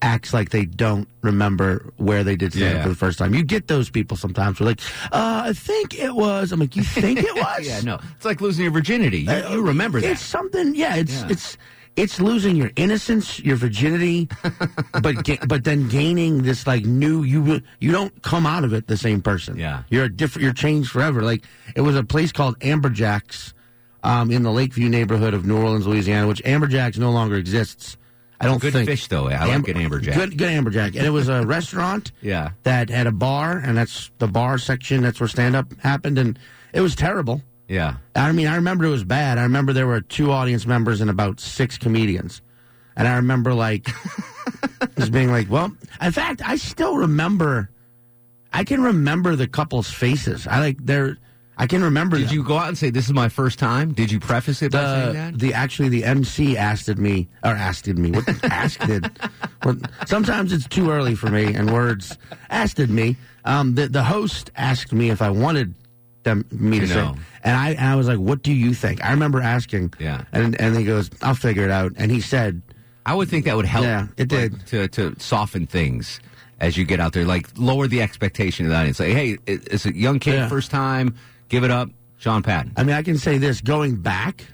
Speaker 12: acts like they don't remember where they did stand
Speaker 1: Yeah.
Speaker 12: up for the first time. You get those people sometimes. We're like, uh, I think it was. I'm like, you think it was?
Speaker 1: yeah, no. It's like losing your virginity. You, you remember that.
Speaker 12: Uh, It's something. Yeah, it's
Speaker 1: Yeah.
Speaker 12: it's it's losing your innocence, your virginity, but ga- but then gaining this like new you you don't come out of it the same person. Yeah, you're a different. You're changed forever. Like it was a place called Amberjacks um, in the Lakeview neighborhood of New Orleans, Louisiana, which Amberjacks no longer exists. I don't
Speaker 1: Good
Speaker 12: think
Speaker 1: fish, though. I like
Speaker 12: Amber-
Speaker 1: an amberjack.
Speaker 12: Good, good amberjack, and it was a restaurant
Speaker 1: Yeah.
Speaker 12: that had a bar, and that's the bar section. That's where stand up happened, and it was terrible.
Speaker 1: Yeah.
Speaker 12: I mean, I remember it was bad. I remember there were two audience members and about six comedians. And I remember, like, just being like, well, in fact, I still remember, I can remember the couple's faces. I like, they're, I can remember. Did
Speaker 1: you go out and say, this is my first time? Did you preface it
Speaker 12: the,
Speaker 1: by saying that?
Speaker 12: The, actually, the MC asked it me, or asked it me, what, asked it. Well, sometimes it's too early for me, and words asked it me. Um, the, the host asked me if I wanted them, me to
Speaker 1: You
Speaker 12: say
Speaker 1: know.
Speaker 12: and I and I was like, "What do you think?" I remember asking.
Speaker 1: Yeah.
Speaker 12: And and he goes, "I'll figure it out." And he said,
Speaker 1: I would think that would help.
Speaker 12: Yeah, it
Speaker 1: like, to to soften things as you get out there, like lower the expectation of the audience. Like, hey, it- it's a young kid, first time. Give it up, Sean Patton.
Speaker 12: "I mean, I can say this. Going back,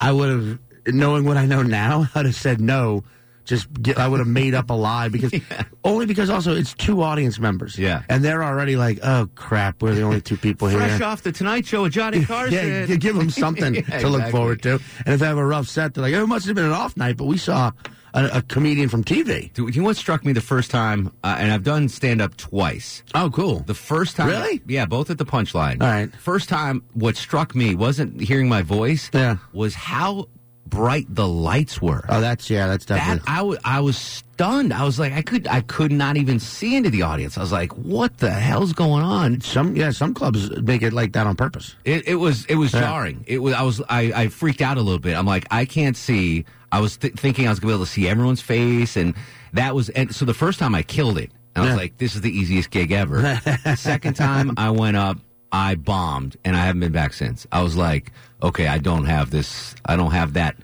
Speaker 12: I would have, knowing what I know now, I'd have said no. Just get, I would have made up a lie because only because also it's two audience members. Yeah. And they're already like, "Oh crap, we're the only two people here."
Speaker 1: Fresh off the Tonight Show with Johnny Carson.
Speaker 12: Yeah, you give them something
Speaker 1: Yeah,
Speaker 12: to look
Speaker 1: exactly.
Speaker 12: forward to. And if they have a rough set, they're like, "Oh, it must have been an off night, but we saw a, a comedian from TV."
Speaker 1: Do you know what struck me the first time? Uh, and I've done stand up twice.
Speaker 12: Oh, cool.
Speaker 1: The first time.
Speaker 12: Really?
Speaker 1: Yeah, both at the punchline.
Speaker 12: All right.
Speaker 1: First time, what struck me wasn't hearing my voice,
Speaker 12: yeah.
Speaker 1: was how bright the lights were.
Speaker 12: Oh, that's yeah, that's definitely.
Speaker 1: That I wa- I was stunned. I was like, I could I could not even see into the audience. I was like, what the hell's going on?
Speaker 12: Some yeah, some clubs make it like that on purpose.
Speaker 1: It, it was it was
Speaker 12: Yeah.
Speaker 1: jarring. It was I was I, I freaked out a little bit. I'm like I can't see. I was th- thinking I was gonna be able to see everyone's face, and that was and so the first time I killed it. And I was
Speaker 13: Yeah.
Speaker 1: like, this is the easiest gig ever. The Second time I went up, I bombed, and I haven't been back since. I was like, okay, I don't have this. I don't have that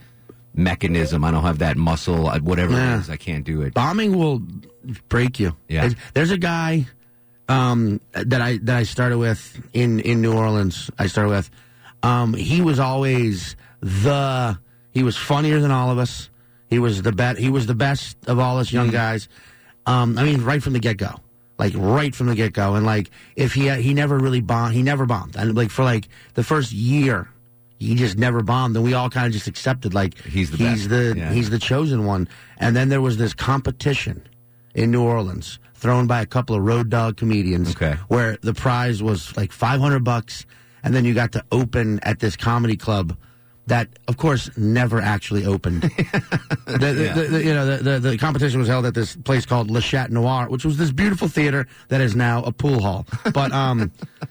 Speaker 1: mechanism. I don't have that muscle. I- Whatever
Speaker 12: Yeah.
Speaker 1: it is, I can't do it.
Speaker 12: Bombing will break you.
Speaker 1: Yeah.
Speaker 12: There's a guy um, that I that I started with in in New Orleans. I started with. Um, he was always the. He was funnier than all of us. He was the bet. He was the best of all us
Speaker 1: Hmm.
Speaker 12: young guys. Um, I mean, right from the get go, like right from the get go, and like if he had, he never really bombed, he never bombed, and like for like the first year, he just never bombed, and we all kind of just accepted like he's
Speaker 1: the best.
Speaker 12: he's the
Speaker 1: Yeah.
Speaker 12: he's the chosen one. And then there was this competition in New Orleans thrown by a couple of road dog comedians, where the prize was like five hundred bucks, and then you got to open at this comedy club that, of course, never actually opened. the, the-
Speaker 11: Yeah.
Speaker 12: the- the- you know, the, the, the competition was held at this place called Le Chat Noir, which was this beautiful theater that is now a pool hall. But um, uh,
Speaker 1: Oh,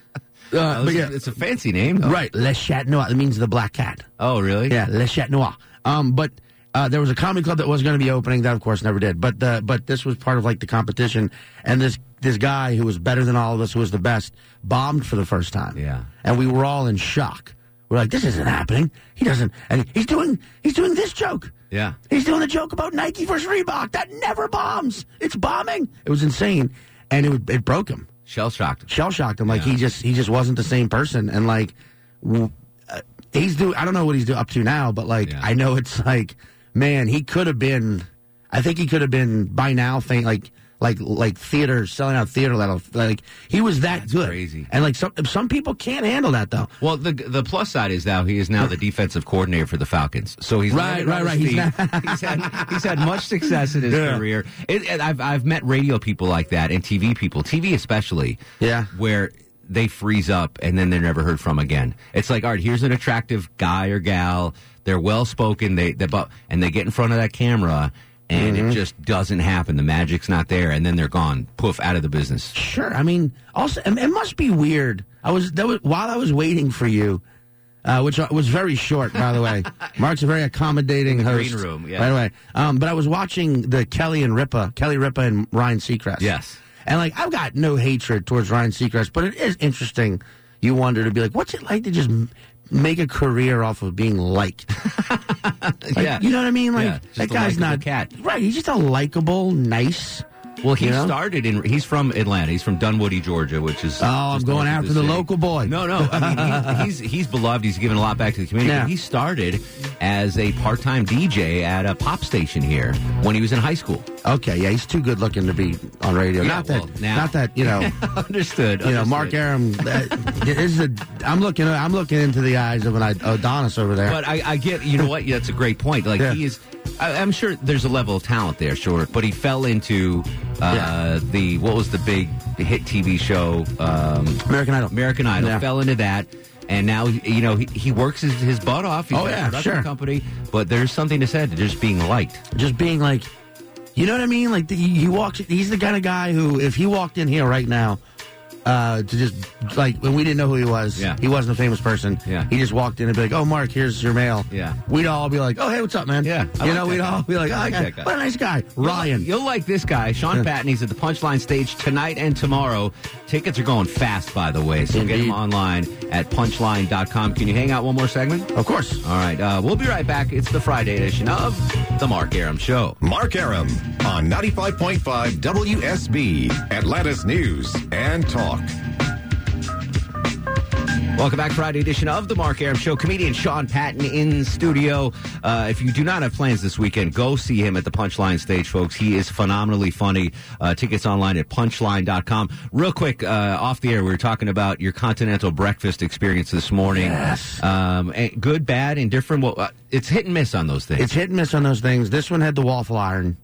Speaker 12: but
Speaker 1: it's a-
Speaker 12: yeah.
Speaker 1: it's a fancy name, though.
Speaker 12: right? Le Chat Noir. It means the black cat.
Speaker 1: Oh, really?
Speaker 12: Yeah, Le Chat Noir. Um, but uh, there was a comedy club that was going to be opening. That, of course, never did. But the but this was part of like the competition, and this this guy who was better than all of us, who was the best, bombed for the first time. Yeah, and we were all in shock. We're like, this isn't happening. He doesn't, and he's doing he's doing this joke.
Speaker 1: Yeah.
Speaker 12: He's doing a joke about Nike versus Reebok. That never bombs. It's bombing. It was insane, and it would- it broke him.
Speaker 1: Shell shocked.
Speaker 12: Shell shocked him. Like he just he just wasn't the same person. And like w- uh, he's do I don't know what he's do up to now, but like I know it's like man, he could have been. I think he could have been by now. Think like like like theater selling out theater level. Like he was that good. Crazy. And like some some people can't handle that though.
Speaker 1: Well, the the plus side is now he is now the defensive coordinator for the Falcons, so he's
Speaker 12: Right,
Speaker 1: learning on
Speaker 12: right,
Speaker 1: his
Speaker 12: right. He's
Speaker 1: feet.
Speaker 12: not-
Speaker 1: he's had he's had much success in his
Speaker 12: Yeah.
Speaker 1: career. It, and I've I've met radio people like that and TV people, TV especially,
Speaker 12: yeah,
Speaker 1: where they freeze up and then they're never heard from again. It's like, all right, here's an attractive guy or gal. They're well spoken. They they bu- and they get in front of that camera. And it just doesn't happen. The magic's not there, and then they're gone, poof, out of the business.
Speaker 12: Sure. I mean, also, it it must be weird. I was, that was while I was waiting for you, uh, which was very short, by the way. Mark's a very accommodating
Speaker 1: In the
Speaker 12: host.
Speaker 1: green room, yeah.
Speaker 12: By the way, um, but I was watching the Kelly and Ripa, Kelly Ripa and Ryan Seacrest. Yes. And like, I've got no hatred towards Ryan Seacrest, but it is interesting. You wonder to be like, what's it like to just m- make a career off of being liked? Like,
Speaker 1: Yeah.
Speaker 12: You know what I mean? Like
Speaker 1: Yeah, just
Speaker 12: that
Speaker 1: a
Speaker 12: guy's
Speaker 1: likable
Speaker 12: not
Speaker 1: cat.
Speaker 12: right. He's just a likable, nice.
Speaker 1: Well, he
Speaker 12: you know?
Speaker 1: started in. He's from Atlanta. He's from Dunwoody, Georgia, which is.
Speaker 12: Oh, I'm
Speaker 1: just
Speaker 12: going
Speaker 1: north of
Speaker 12: after the,
Speaker 1: city.
Speaker 12: local boy.
Speaker 1: No, Oh, no. I mean, he, he's he's beloved. He's given a lot back to the community. He started as a part-time DJ at a pop station here when he was in high school.
Speaker 12: Okay, yeah, he's too Oh, good looking to be on radio.
Speaker 1: Yeah,
Speaker 12: not that,
Speaker 1: well, now-
Speaker 12: not that you know.
Speaker 1: understood.
Speaker 12: You know, Mark
Speaker 1: understood.
Speaker 12: Aram. Uh, this is a. I'm looking. I'm looking into the eyes of an Ad- Adonis over there.
Speaker 1: But I, I get, you know what? Yeah, That's a great point. Like he is, I, I'm sure there's a level of talent there, sure. But he fell into uh, the what was the big hit TV show? Um,
Speaker 12: American Idol.
Speaker 1: American Idol
Speaker 12: Yeah.
Speaker 1: fell into that. And now, you know, he, he works his, his butt off. He's
Speaker 12: Oh,
Speaker 1: got a
Speaker 12: yeah,
Speaker 1: production
Speaker 12: sure.
Speaker 1: Company, but there's something to say to just being liked.
Speaker 12: Just being like, you know what I mean? Like the, he walks. He's the kind of guy who, if he walked in here right now, uh, to just like when we didn't know who he was,
Speaker 1: Yeah.
Speaker 12: he wasn't a famous person. Yeah. He just walked in and be like, "Oh, Mark, here's your mail."
Speaker 1: Yeah.
Speaker 12: We'd all be like, "Oh, hey, what's up, man?" Yeah.
Speaker 1: I
Speaker 12: you
Speaker 1: like
Speaker 12: know,
Speaker 1: that
Speaker 12: we'd
Speaker 1: guy.
Speaker 12: all be like,
Speaker 1: I
Speaker 12: "Oh,
Speaker 1: like
Speaker 12: guy,
Speaker 1: that guy."
Speaker 12: what a nice guy, Ryan."
Speaker 1: You'll like this guy, Sean Patton. He's at the Punchline stage tonight and tomorrow. Tickets are going fast, by the way, so get them online at punchline.com. Can you hang out one more segment?
Speaker 12: Of course.
Speaker 1: All right, uh, we'll be right back. It's the Friday edition of The Mark Aram Show.
Speaker 13: Mark Aram on 95.5 WSB, Atlantis News and Talk.
Speaker 1: Welcome back, Friday edition of the Mark Aram Show. Comedian Sean Patton in studio. Uh, if you do not have plans this weekend, go see him at the Punchline stage, folks. He is phenomenally funny. Uh, tickets online at punchline.com. Real quick, uh, off the air, we were talking about your continental breakfast experience this morning. Yes. Um, and good, bad, indifferent. Well, uh, it's hit and miss on those things.
Speaker 12: It's hit and miss on those things. This one had the waffle iron.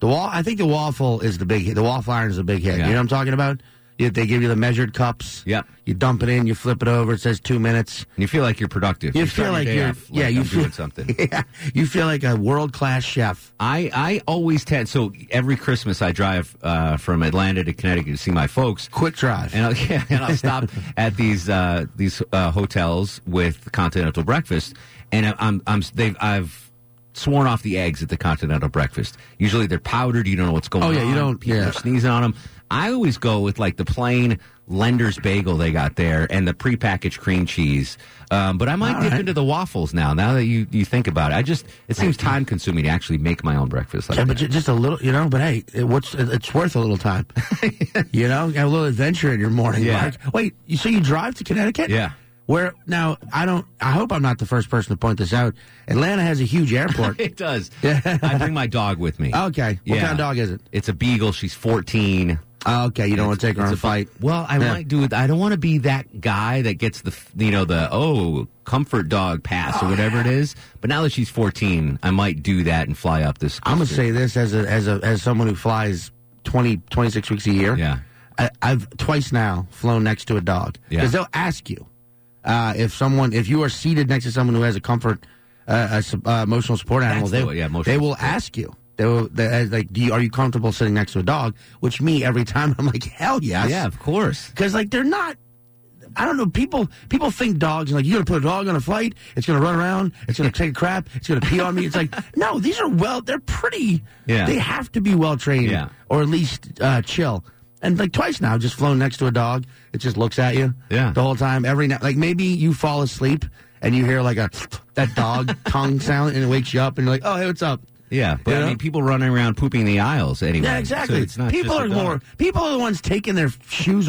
Speaker 12: The wall. I think the waffle is the big hit. The waffle iron is the big hit. You know what I'm talking about? You, they give you the measured cups. Yeah. You dump it in. You flip it over. It says two minutes.
Speaker 1: And you feel like you're productive.
Speaker 12: You,
Speaker 1: You start
Speaker 12: feel
Speaker 1: your
Speaker 12: like
Speaker 1: day
Speaker 12: you're.
Speaker 1: off like
Speaker 12: yeah. You
Speaker 1: I'm
Speaker 12: feel
Speaker 1: doing something.
Speaker 12: Yeah. You feel like a world class chef.
Speaker 1: I, I always tend so every Christmas I drive uh, from Atlanta to Connecticut to see my folks.
Speaker 12: Quick drive,
Speaker 1: and I'll, yeah, and I'll stop at these uh, these uh, hotels with continental breakfast, and I- I'm I'm they've I've sworn off the eggs at the continental breakfast. Usually they're powdered, you don't know what's going
Speaker 12: Oh,
Speaker 1: on.
Speaker 12: yeah, you don't-
Speaker 1: People
Speaker 12: yeah.
Speaker 1: are sneezing on them. I always go with like the plain lender's bagel they got there and the prepackaged cream cheese. Um, but I might dip into the waffles now. Now that you, you think about it, I just it seems time consuming to actually make my own breakfast. Like
Speaker 12: Yeah,
Speaker 1: that.
Speaker 12: but ju- just a little, you know. But hey, it, what's it- it's worth a little time, you know. Have a little adventure in your morning.
Speaker 1: Yeah.
Speaker 12: Mark. Wait, you, so you drive to Connecticut?
Speaker 1: Yeah.
Speaker 12: Where now? I don't. I hope I'm not the first person to point this out. Atlanta has a huge airport.
Speaker 1: It does. I bring my dog with me.
Speaker 12: Okay. What kind of dog is it?
Speaker 1: It's a beagle. She's 14.
Speaker 12: okay, you don't want to take her on a fight.
Speaker 1: Well, I
Speaker 12: Yeah.
Speaker 1: might do it. I don't want to be that guy that gets the f- you know the oh comfort dog pass or whatever it is. But now that she's 14, I might do that and fly up this.
Speaker 12: I'm gonna
Speaker 1: coaster.
Speaker 12: say this as a as a as someone who flies 20, 26 weeks a year. Yeah, I, I've twice now flown next to a dog
Speaker 1: Yeah.
Speaker 12: because they'll ask you. Uh, if someone, if you are seated next to someone who has a comfort, uh, a, sup- uh, emotional support animal,
Speaker 1: the
Speaker 12: they,
Speaker 1: one, yeah, emotional
Speaker 12: they will
Speaker 1: support.
Speaker 12: ask you. They will, they, like, do you, are you comfortable sitting next to a dog? Which me every time I'm like, hell yes,
Speaker 1: Yeah, of course.
Speaker 12: Because like they're not. I don't know. People people think dogs like you're gonna put a dog on a flight. It's gonna run around. It's gonna take a crap. It's gonna pee on me. It's like no. These are well. They're pretty.
Speaker 1: Yeah.
Speaker 12: They have to be well trained.
Speaker 1: Yeah.
Speaker 12: Or at least uh, chill. And like twice now, I've just flown next to a dog. It just looks at you.
Speaker 1: Yeah.
Speaker 12: The whole time. Every now, like maybe you fall asleep and you hear like a that dog tongue sound and it wakes you up and you're like, oh hey, what's up?
Speaker 1: Yeah, but I
Speaker 12: Yeah.
Speaker 1: mean, people running around pooping the aisles anyway.
Speaker 12: Yeah, exactly.
Speaker 1: So it's not
Speaker 12: people
Speaker 1: just
Speaker 12: are
Speaker 1: the dog. Uh.
Speaker 12: more people are the ones taking their shoes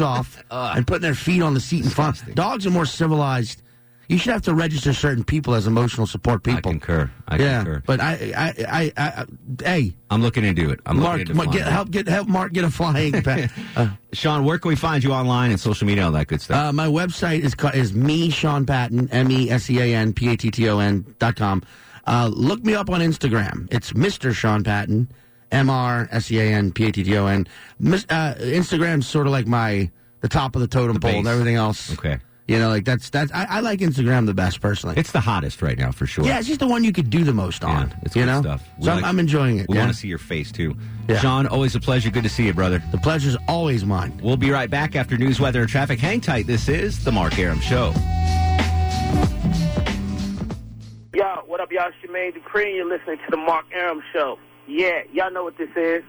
Speaker 12: off and putting their feet on the seat in front. Dogs are more civilized. You should have to register certain people as emotional support people. I
Speaker 1: concur. I
Speaker 12: yeah,
Speaker 1: concur.
Speaker 12: but I, I, I, I, I hey,
Speaker 1: I'm looking into it. I'm
Speaker 12: Mark,
Speaker 1: looking into
Speaker 12: Mark,
Speaker 1: flying.
Speaker 12: get, help get help Mark Uh, get a flying pet.
Speaker 1: Sean, where can we find you online and social media, all that good stuff?
Speaker 12: Uh, my website is ca- is me Sean Patton M E S E A N P A T T O N dot com. Uh, look me up on Instagram. It's Mister Sean Patton M R S E A N P A T T O N. Mis- uh, Instagram's sort of like my the top of the totem pole and
Speaker 1: base.
Speaker 12: everything else.
Speaker 1: Okay.
Speaker 12: you know, like that's that's I, I like Instagram the best personally.
Speaker 1: it's the hottest right now for sure.
Speaker 12: Yeah, it's just the one you could do the most on.
Speaker 1: it's
Speaker 12: you
Speaker 1: good
Speaker 12: know?
Speaker 1: stuff. We
Speaker 12: So I'm,
Speaker 1: like-
Speaker 12: I'm enjoying it.
Speaker 1: We
Speaker 12: yeah.
Speaker 1: want to see your face too.
Speaker 12: Yeah.
Speaker 1: Sean, always a pleasure. Good to see you, brother.
Speaker 12: The pleasure's always mine.
Speaker 1: We'll be right back after news, weather, and traffic. Hang tight. This is the Mark Aram Show.
Speaker 14: Yo, what up, y'all? Shemaine Dupree, and you're listening to the Mark Aram Show. Yeah, y'all know what this is.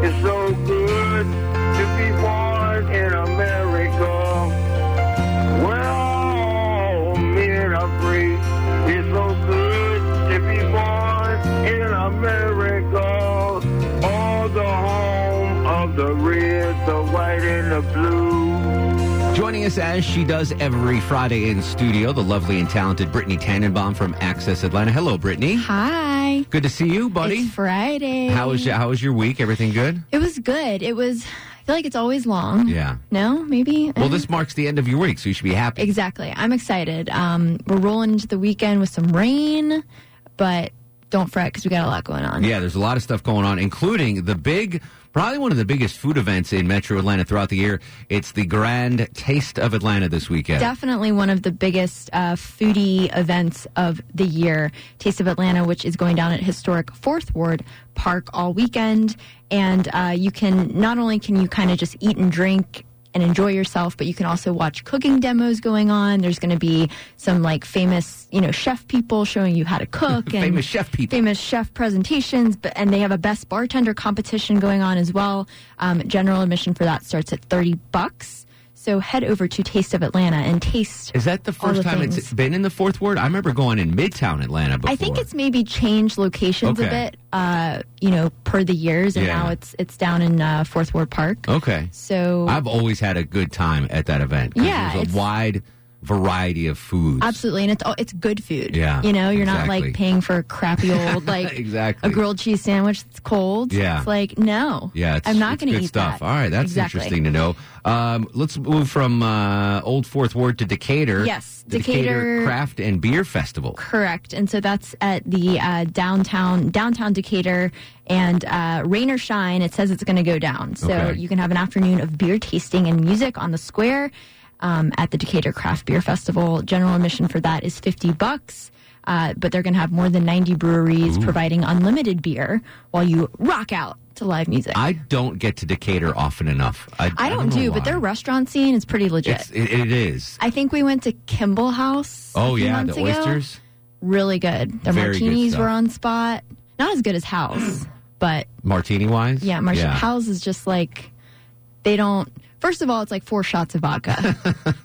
Speaker 14: It's so good to be born in America. Where all men are free. It's so good to be born in America. All the home of the red, the white, and the blue.
Speaker 1: Joining us as she does every Friday in studio, the lovely and talented Brittany Tannenbaum from Access Atlanta. Hello, Brittany.
Speaker 15: Hi.
Speaker 1: Good to see you, buddy.
Speaker 15: It's Friday.
Speaker 1: How was your, how was your week? Everything good?
Speaker 15: It was good. It was. I feel like it's always long.
Speaker 1: Yeah.
Speaker 15: No, maybe.
Speaker 1: Well, this marks the end of your week, so you should be happy.
Speaker 15: Exactly. I'm excited. Um, we're rolling into the weekend with some rain, but don't fret because we got a lot going on.
Speaker 1: Yeah, there's a lot of stuff going on, including the big, probably one of the biggest food events in Metro Atlanta throughout the year. It's the Grand Taste of Atlanta this weekend.
Speaker 15: Definitely one of the biggest uh, foodie events of the year, Taste of Atlanta, which is going down at historic Fourth Ward Park all weekend, and uh, you can not only can you kind of just eat and drink and enjoy yourself, but you can also watch cooking demos going on. There's going to be some like famous, you know, chef people showing you how to cook and
Speaker 1: Famous chef people.
Speaker 15: famous chef presentations, but and they have a best bartender competition going on as well. Um, general admission for that starts at thirty bucks. So head over to Taste of Atlanta and taste.
Speaker 1: Is that the
Speaker 15: all
Speaker 1: first
Speaker 15: the
Speaker 1: time
Speaker 15: things.
Speaker 1: it's been in the fourth ward? I remember going in Midtown Atlanta before.
Speaker 15: I think it's maybe changed locations a
Speaker 1: Okay.
Speaker 15: bit, uh, you know, per the years, and
Speaker 1: Yeah.
Speaker 15: now it's it's down in uh, Fourth Ward Park.
Speaker 1: okay.
Speaker 15: So
Speaker 1: I've always had a good time at that event. 'cause
Speaker 15: Yeah,
Speaker 1: there's a
Speaker 15: it's-
Speaker 1: wide variety of foods.
Speaker 15: Absolutely, and it's all it's good food.
Speaker 1: Yeah,
Speaker 15: you know, you're not
Speaker 1: exactly.
Speaker 15: like paying for a crappy old like
Speaker 1: Exactly.
Speaker 15: a grilled cheese sandwich that's cold.
Speaker 1: Yeah.
Speaker 15: it's like no.
Speaker 1: Yeah, it's,
Speaker 15: I'm not
Speaker 1: it's
Speaker 15: going to
Speaker 1: good
Speaker 15: eat
Speaker 1: stuff.
Speaker 15: that.
Speaker 1: All right, that's
Speaker 15: Exactly.
Speaker 1: interesting to know. Um, let's move from uh, Old Fourth Ward to Decatur.
Speaker 15: Yes,
Speaker 1: The Decatur
Speaker 15: Decatur-
Speaker 1: Craft and Beer Festival.
Speaker 15: Correct, and so that's at the uh, downtown downtown Decatur, and uh, rain or shine, it says it's going to go down. So
Speaker 1: Okay.
Speaker 15: you can have an afternoon of beer tasting and music on the square um, at the Decatur Craft Beer Festival. General admission for that is fifty bucks. Uh, but they're going to have more than 90 breweries providing unlimited beer while you rock out to live music.
Speaker 1: I don't get to Decatur often enough. I,
Speaker 15: I don't,
Speaker 1: know
Speaker 15: do,
Speaker 1: why.
Speaker 15: but their restaurant scene is pretty legit.
Speaker 1: It's, it, it is.
Speaker 15: I think we went to Kimball House. a
Speaker 1: Oh
Speaker 15: few
Speaker 1: yeah,
Speaker 15: months
Speaker 1: the
Speaker 15: ago.
Speaker 1: oysters.
Speaker 15: Really good. The
Speaker 1: Very good
Speaker 15: martinis
Speaker 1: stuff.
Speaker 15: were on spot. Not as good as House, but
Speaker 1: Martini wise?
Speaker 15: yeah, Martian House is just like they don't. First of all, it's like four shots of vodka,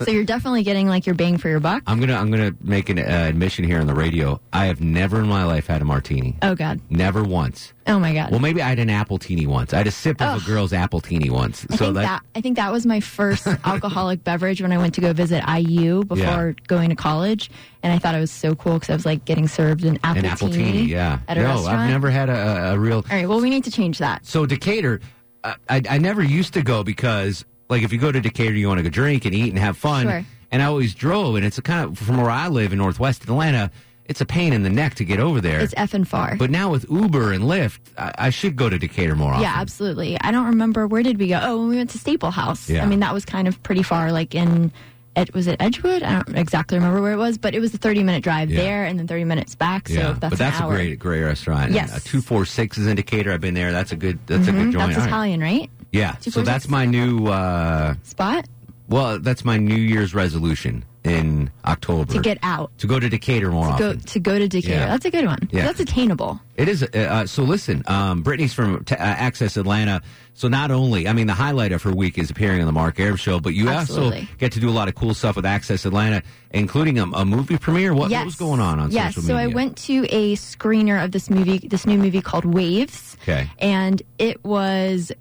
Speaker 15: so you're definitely getting like your bang for your buck.
Speaker 1: I'm gonna I'm gonna make an uh, admission here on the radio. I have never in my life had a martini.
Speaker 15: Oh god.
Speaker 1: Never once.
Speaker 15: Oh my god.
Speaker 1: Well, maybe I had an apple teeny once. I had a sip of a girl's apple teeny once.
Speaker 15: I
Speaker 1: so
Speaker 15: think that, I think that was my first alcoholic beverage when I went to go visit IU before going to college, and I thought it was so cool because I was like getting served an apple,
Speaker 1: an apple teeny, yeah.
Speaker 15: at a
Speaker 1: no,
Speaker 15: restaurant.
Speaker 1: I've never had a, a- a real.
Speaker 15: All right, well, we need to change that.
Speaker 1: So Decatur, I, I, I never used to go because, like, if you go to Decatur, you want to go drink and eat and have fun.
Speaker 15: Sure.
Speaker 1: And I always drove, and it's a kind of from where I live in Northwest Atlanta. It's a pain in the neck to get over there.
Speaker 15: It's effing far.
Speaker 1: but now with Uber and Lyft, I, I should go to Decatur more often.
Speaker 15: Yeah, absolutely. I don't remember where did we go. Oh, when we went to Staple House.
Speaker 1: Yeah.
Speaker 15: I mean, that was kind of pretty far. Like in, it was it Edgewood. I don't exactly remember where it was, but it was a thirty-minute drive
Speaker 1: Yeah.
Speaker 15: there and then thirty minutes back. So
Speaker 1: yeah,
Speaker 15: that's
Speaker 1: but that's
Speaker 15: an
Speaker 1: a
Speaker 15: hour.
Speaker 1: great, great restaurant. And,
Speaker 15: Yes.
Speaker 1: uh, two four six is indicator. I've been there. That's a good. That's a
Speaker 15: Mhm.
Speaker 1: good joint.
Speaker 15: That's
Speaker 1: All right.
Speaker 15: Italian, right?
Speaker 1: Yeah. So
Speaker 15: 246?
Speaker 1: that's my new. uh
Speaker 15: Spot
Speaker 1: Well, that's my New Year's resolution in October
Speaker 15: to get out.
Speaker 1: to go to Decatur more
Speaker 15: To go
Speaker 1: often.
Speaker 15: to go to Decatur.
Speaker 1: Yeah.
Speaker 15: That's a good one.
Speaker 1: Yeah.
Speaker 15: That's attainable.
Speaker 1: It is. Uh, uh, so listen, um, Brittany's from t- uh, Access Atlanta. So not only, I mean, the highlight of her week is appearing on the Mark Arab Show, but you
Speaker 15: Absolutely.
Speaker 1: also get to do a lot of cool stuff with Access Atlanta, including a, a movie premiere. What, what was going on on
Speaker 15: yes.
Speaker 1: social media?
Speaker 15: So I went to a screener of this movie, this new movie called Waves.
Speaker 1: Okay.
Speaker 15: and it was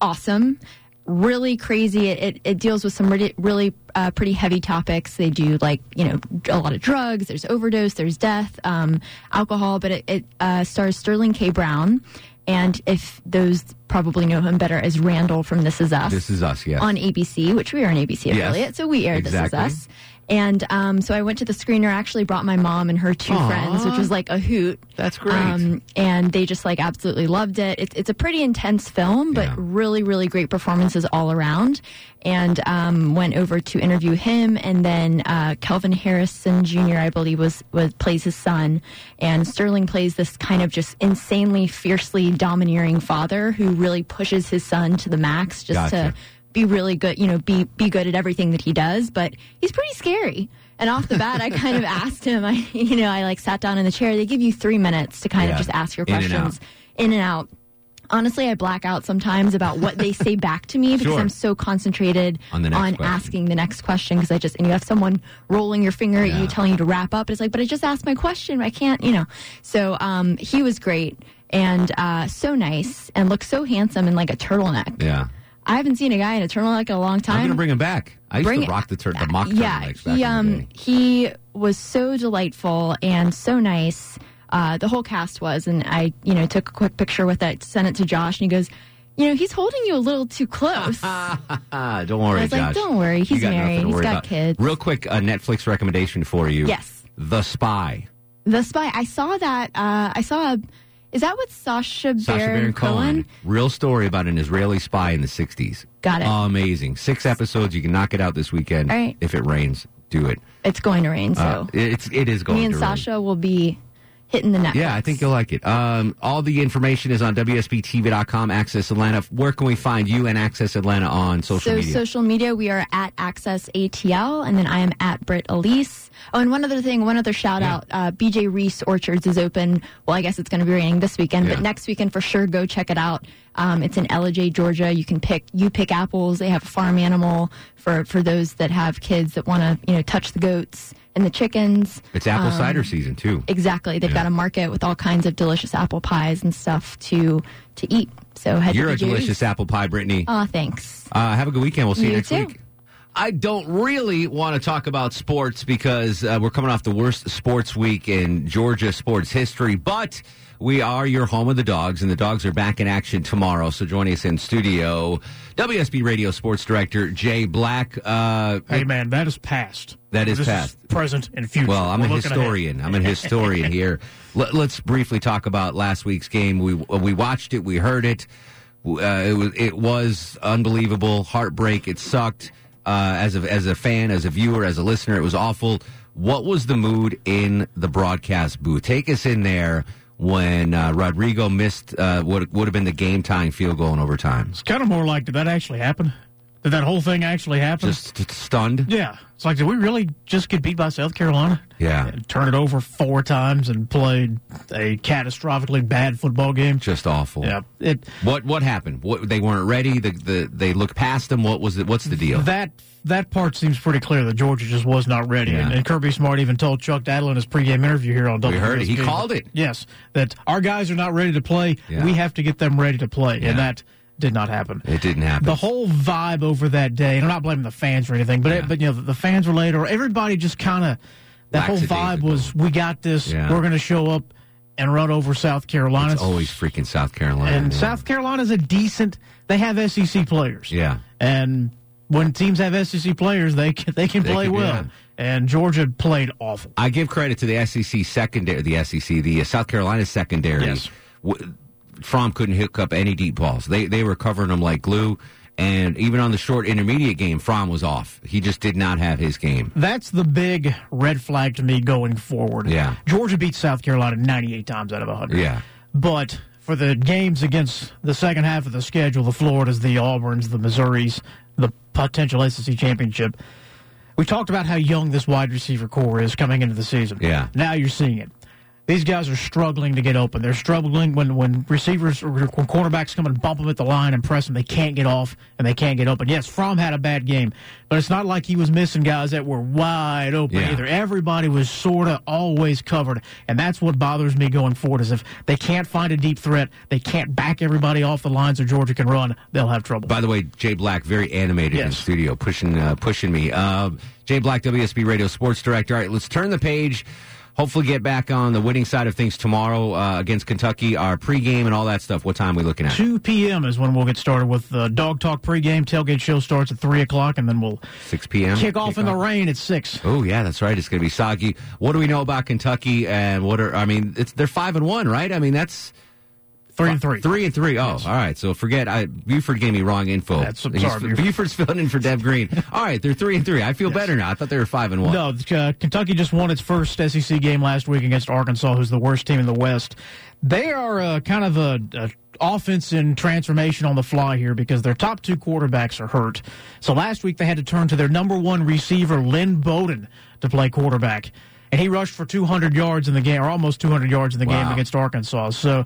Speaker 15: awesome really crazy it, it, it deals with some really, really uh, pretty heavy topics they do like you know a lot of drugs there's overdose there's death um, alcohol but it, it uh, stars sterling k brown and if those probably know him better as randall from this is us
Speaker 1: This is us. Yes.
Speaker 15: on ABC, which we are an ABC
Speaker 1: Yes,
Speaker 15: affiliate, so we aired
Speaker 1: exactly.
Speaker 15: This Is Us. And um, so I went to the screener. Actually, brought my mom and her two
Speaker 1: Aw.
Speaker 15: friends, which was like a hoot. Um,
Speaker 1: That's great.
Speaker 15: and they just like absolutely loved it. It's it's a pretty intense film, but really, really great performances all around. And um, went over to interview him, and then uh, Kelvin Harrison Jr. I believe was was plays his son, and Sterling plays this kind of just insanely fiercely domineering father who really pushes his son to the max, just
Speaker 1: Gotcha.
Speaker 15: to be really good, you know, be be good at everything that he does, but he's pretty scary. And off the bat, I kind of asked him, I you know, I like sat down in the chair. They give you 3 minutes to kind
Speaker 6: Yeah.
Speaker 15: of just ask your
Speaker 6: In and
Speaker 15: questions in and out. Honestly, I black out sometimes about what they say back to me because
Speaker 6: Sure.
Speaker 15: I'm so concentrated
Speaker 6: On the next question.
Speaker 15: asking the next question because I just and you have someone rolling your finger at you telling you to wrap up. It's like, but I just asked my question. I can't, you know. So um, he was great and uh, so nice and looked so handsome in like a turtleneck.
Speaker 1: Yeah.
Speaker 15: I haven't seen a guy in a turtleneck in a long time.
Speaker 1: I'm gonna bring him back. I used
Speaker 15: Bring
Speaker 1: to
Speaker 15: it-
Speaker 1: rock the tur- the mock
Speaker 15: yeah,
Speaker 1: turtlenecks back
Speaker 15: he
Speaker 1: in the day.
Speaker 15: um he was so delightful and so nice. Uh, the whole cast was, and I you know took a quick picture with it, sent it to Josh, and he goes, you know, he's holding you a little too close.
Speaker 1: Ah, don't worry,
Speaker 15: I was like,
Speaker 1: Josh.
Speaker 15: "Don't worry,
Speaker 1: You
Speaker 15: he's
Speaker 1: got nothing
Speaker 15: married,
Speaker 1: to
Speaker 15: he's
Speaker 1: worry
Speaker 15: got
Speaker 1: about."
Speaker 15: kids.
Speaker 1: Real quick, a Netflix recommendation for you.
Speaker 15: Yes.
Speaker 1: The Spy.
Speaker 15: the spy. I saw that. Uh, I saw. A, is that with Sasha Baron,
Speaker 1: Sasha Baron Cohen. Real story about an Israeli spy in the 60s.
Speaker 15: Got it.
Speaker 1: Amazing. Six episodes. You can knock it out this weekend.
Speaker 15: All right.
Speaker 1: If it rains, do it.
Speaker 15: It's going to rain, so
Speaker 1: Uh, it's, it is going
Speaker 15: me and
Speaker 1: to rain.
Speaker 15: Sasha will be hitting the net.
Speaker 1: Yeah, I think you'll like it. Um, all the information is on WSBTV.com, Access Atlanta. Where can we find you and Access Atlanta on social
Speaker 15: so
Speaker 1: media?
Speaker 15: social media, we are at Access ATL, and then I am at Britt Elise. Oh, and one other thing, one other shout out: uh, BJ Reese Orchards is open. Well, I guess it's going to be raining this weekend,
Speaker 6: Yeah.
Speaker 15: but next weekend for sure, go check it out. Um, it's in LJ, Georgia. You can pick you pick apples. They have a farm animal for for those that have kids that want to you know touch the goats and the chickens.
Speaker 1: it's apple
Speaker 15: Um,
Speaker 1: cider season, too.
Speaker 15: Exactly, they've
Speaker 1: Yeah.
Speaker 15: got a market with all kinds of delicious apple pies and stuff to to eat. So head
Speaker 1: You're
Speaker 15: to
Speaker 1: a
Speaker 15: BJ Reese.
Speaker 1: delicious apple pie, Brittany.
Speaker 15: Aw, thanks.
Speaker 1: Uh, have a good weekend. We'll see you,
Speaker 15: You
Speaker 1: next
Speaker 15: too.
Speaker 1: week. I don't really want to talk about sports because uh, we're coming off the worst sports week in Georgia sports history, but we are your home of the dogs, and the dogs are back in action tomorrow. So join us in studio, WSB Radio Sports Director Jay Black. Uh,
Speaker 7: Hey, man, that is past.
Speaker 1: That is
Speaker 7: This
Speaker 1: past.
Speaker 7: present and future.
Speaker 1: well, I'm
Speaker 7: We're
Speaker 1: a
Speaker 7: looking ahead.
Speaker 1: historian. I'm a historian here. Let, us briefly talk about last week's game. We we watched it. We heard it. Uh, it was it was unbelievable. Heartbreak. It sucked. Uh, as a as a fan, as a viewer, as a listener, it was awful. What was the mood in the broadcast booth? Take us in there when uh, Rodrigo missed uh, what would have been the game tying field goal in overtime.
Speaker 7: It's kind of more like, did that actually happen? Did that whole thing actually happen?
Speaker 1: Just stunned.
Speaker 7: Yeah. It's like, did we really just get beat by South Carolina?
Speaker 1: Yeah.
Speaker 7: Turn it over four times and played a catastrophically bad football game.
Speaker 1: Just awful.
Speaker 7: Yeah. It
Speaker 1: What what happened? What they weren't ready. The, the they looked past them. What was it? What's the deal?
Speaker 7: That that part seems pretty clear that Georgia just was not ready. And, and Kirby Smart even told Chuck Daddle in his pregame interview here on
Speaker 1: We
Speaker 7: WSB.
Speaker 1: heard it. He called it.
Speaker 7: Yes, that our guys are not ready to play.
Speaker 1: Yeah.
Speaker 7: We have to get them ready to play,
Speaker 1: Yeah.
Speaker 7: and that did not happen.
Speaker 1: It didn't happen.
Speaker 7: The whole vibe over that day, and I'm not blaming the fans for anything, but it, but you know the, the fans were late, or everybody just kind of that whole vibe was we got this.
Speaker 1: Yeah.
Speaker 7: We're going to show up and run over South Carolina.
Speaker 1: It's always freaking South Carolina.
Speaker 7: and
Speaker 1: yeah.
Speaker 7: South Carolina's a decent. They have SEC players.
Speaker 1: Yeah.
Speaker 7: And when teams have SEC players, they can, they can
Speaker 1: They
Speaker 7: play
Speaker 1: can-
Speaker 7: well.
Speaker 1: yeah.
Speaker 7: And Georgia played awful.
Speaker 1: I give credit to the SEC secondary, the SEC, the uh, South Carolina secondary. W- Fromm couldn't hook up any deep balls. They they were covering them like glue. And even on the short intermediate game, Fromm was off. He just did not have his game.
Speaker 7: That's the big red flag to me going forward.
Speaker 1: Yeah.
Speaker 7: Georgia beat South Carolina 98 times out of 100.
Speaker 1: Yeah.
Speaker 7: But for the games against the second half of the schedule, the Floridas, the Auburns, the Missouris, the potential SEC championship, we talked about how young this wide receiver core is coming into the season.
Speaker 1: Yeah.
Speaker 7: Now you're seeing it. These guys are struggling to get open. They're struggling when, when receivers or when cornerbacks come and bump them at the line and press them. They can't get off and they can't get open. Yes, Fromm had a bad game, but it's not like he was missing guys that were wide open
Speaker 1: Yeah.
Speaker 7: either. Everybody was sort of always covered, and that's what bothers me going forward is if they can't find a deep threat, they can't back everybody off the line so Georgia can run, they'll have trouble.
Speaker 1: By the way, Jay Black, very animated in studio, pushing uh, pushing me. Uh, Jay Black, WSB Radio Sports Director. All right, let's turn the page. Hopefully, get back on the winning side of things tomorrow uh, against Kentucky. Our pregame and all that stuff. What time are we looking at?
Speaker 7: 2 p.m. is when we'll get started with the Dog Talk pregame. Tailgate show starts at 3 o'clock, and then we'll
Speaker 1: Six p.m.
Speaker 7: kick off in the rain at 6.
Speaker 1: Oh yeah, that's right. It's going to be soggy. What do we know about Kentucky? And what are I mean? It's they're five and one, right? I mean that's
Speaker 7: three and three.
Speaker 1: Three and three. Oh, all right. So forget I Buford gave me wrong info.
Speaker 7: That's- I'm
Speaker 1: He's-
Speaker 7: sorry, Buford.
Speaker 1: Buford's filling in for Deb Green. All right, they're three and three. I feel better now. I thought they were five and one.
Speaker 7: No, uh, Kentucky just won its first SEC game last week against Arkansas, who's the worst team in the West. They are uh, kind of a, a offense in transformation on the fly here because their top two quarterbacks are hurt. So last week they had to turn to their number one receiver, Lynn Bowden, to play quarterback, and he rushed for 200 yards in the game, or almost 200 yards in the game against Arkansas. So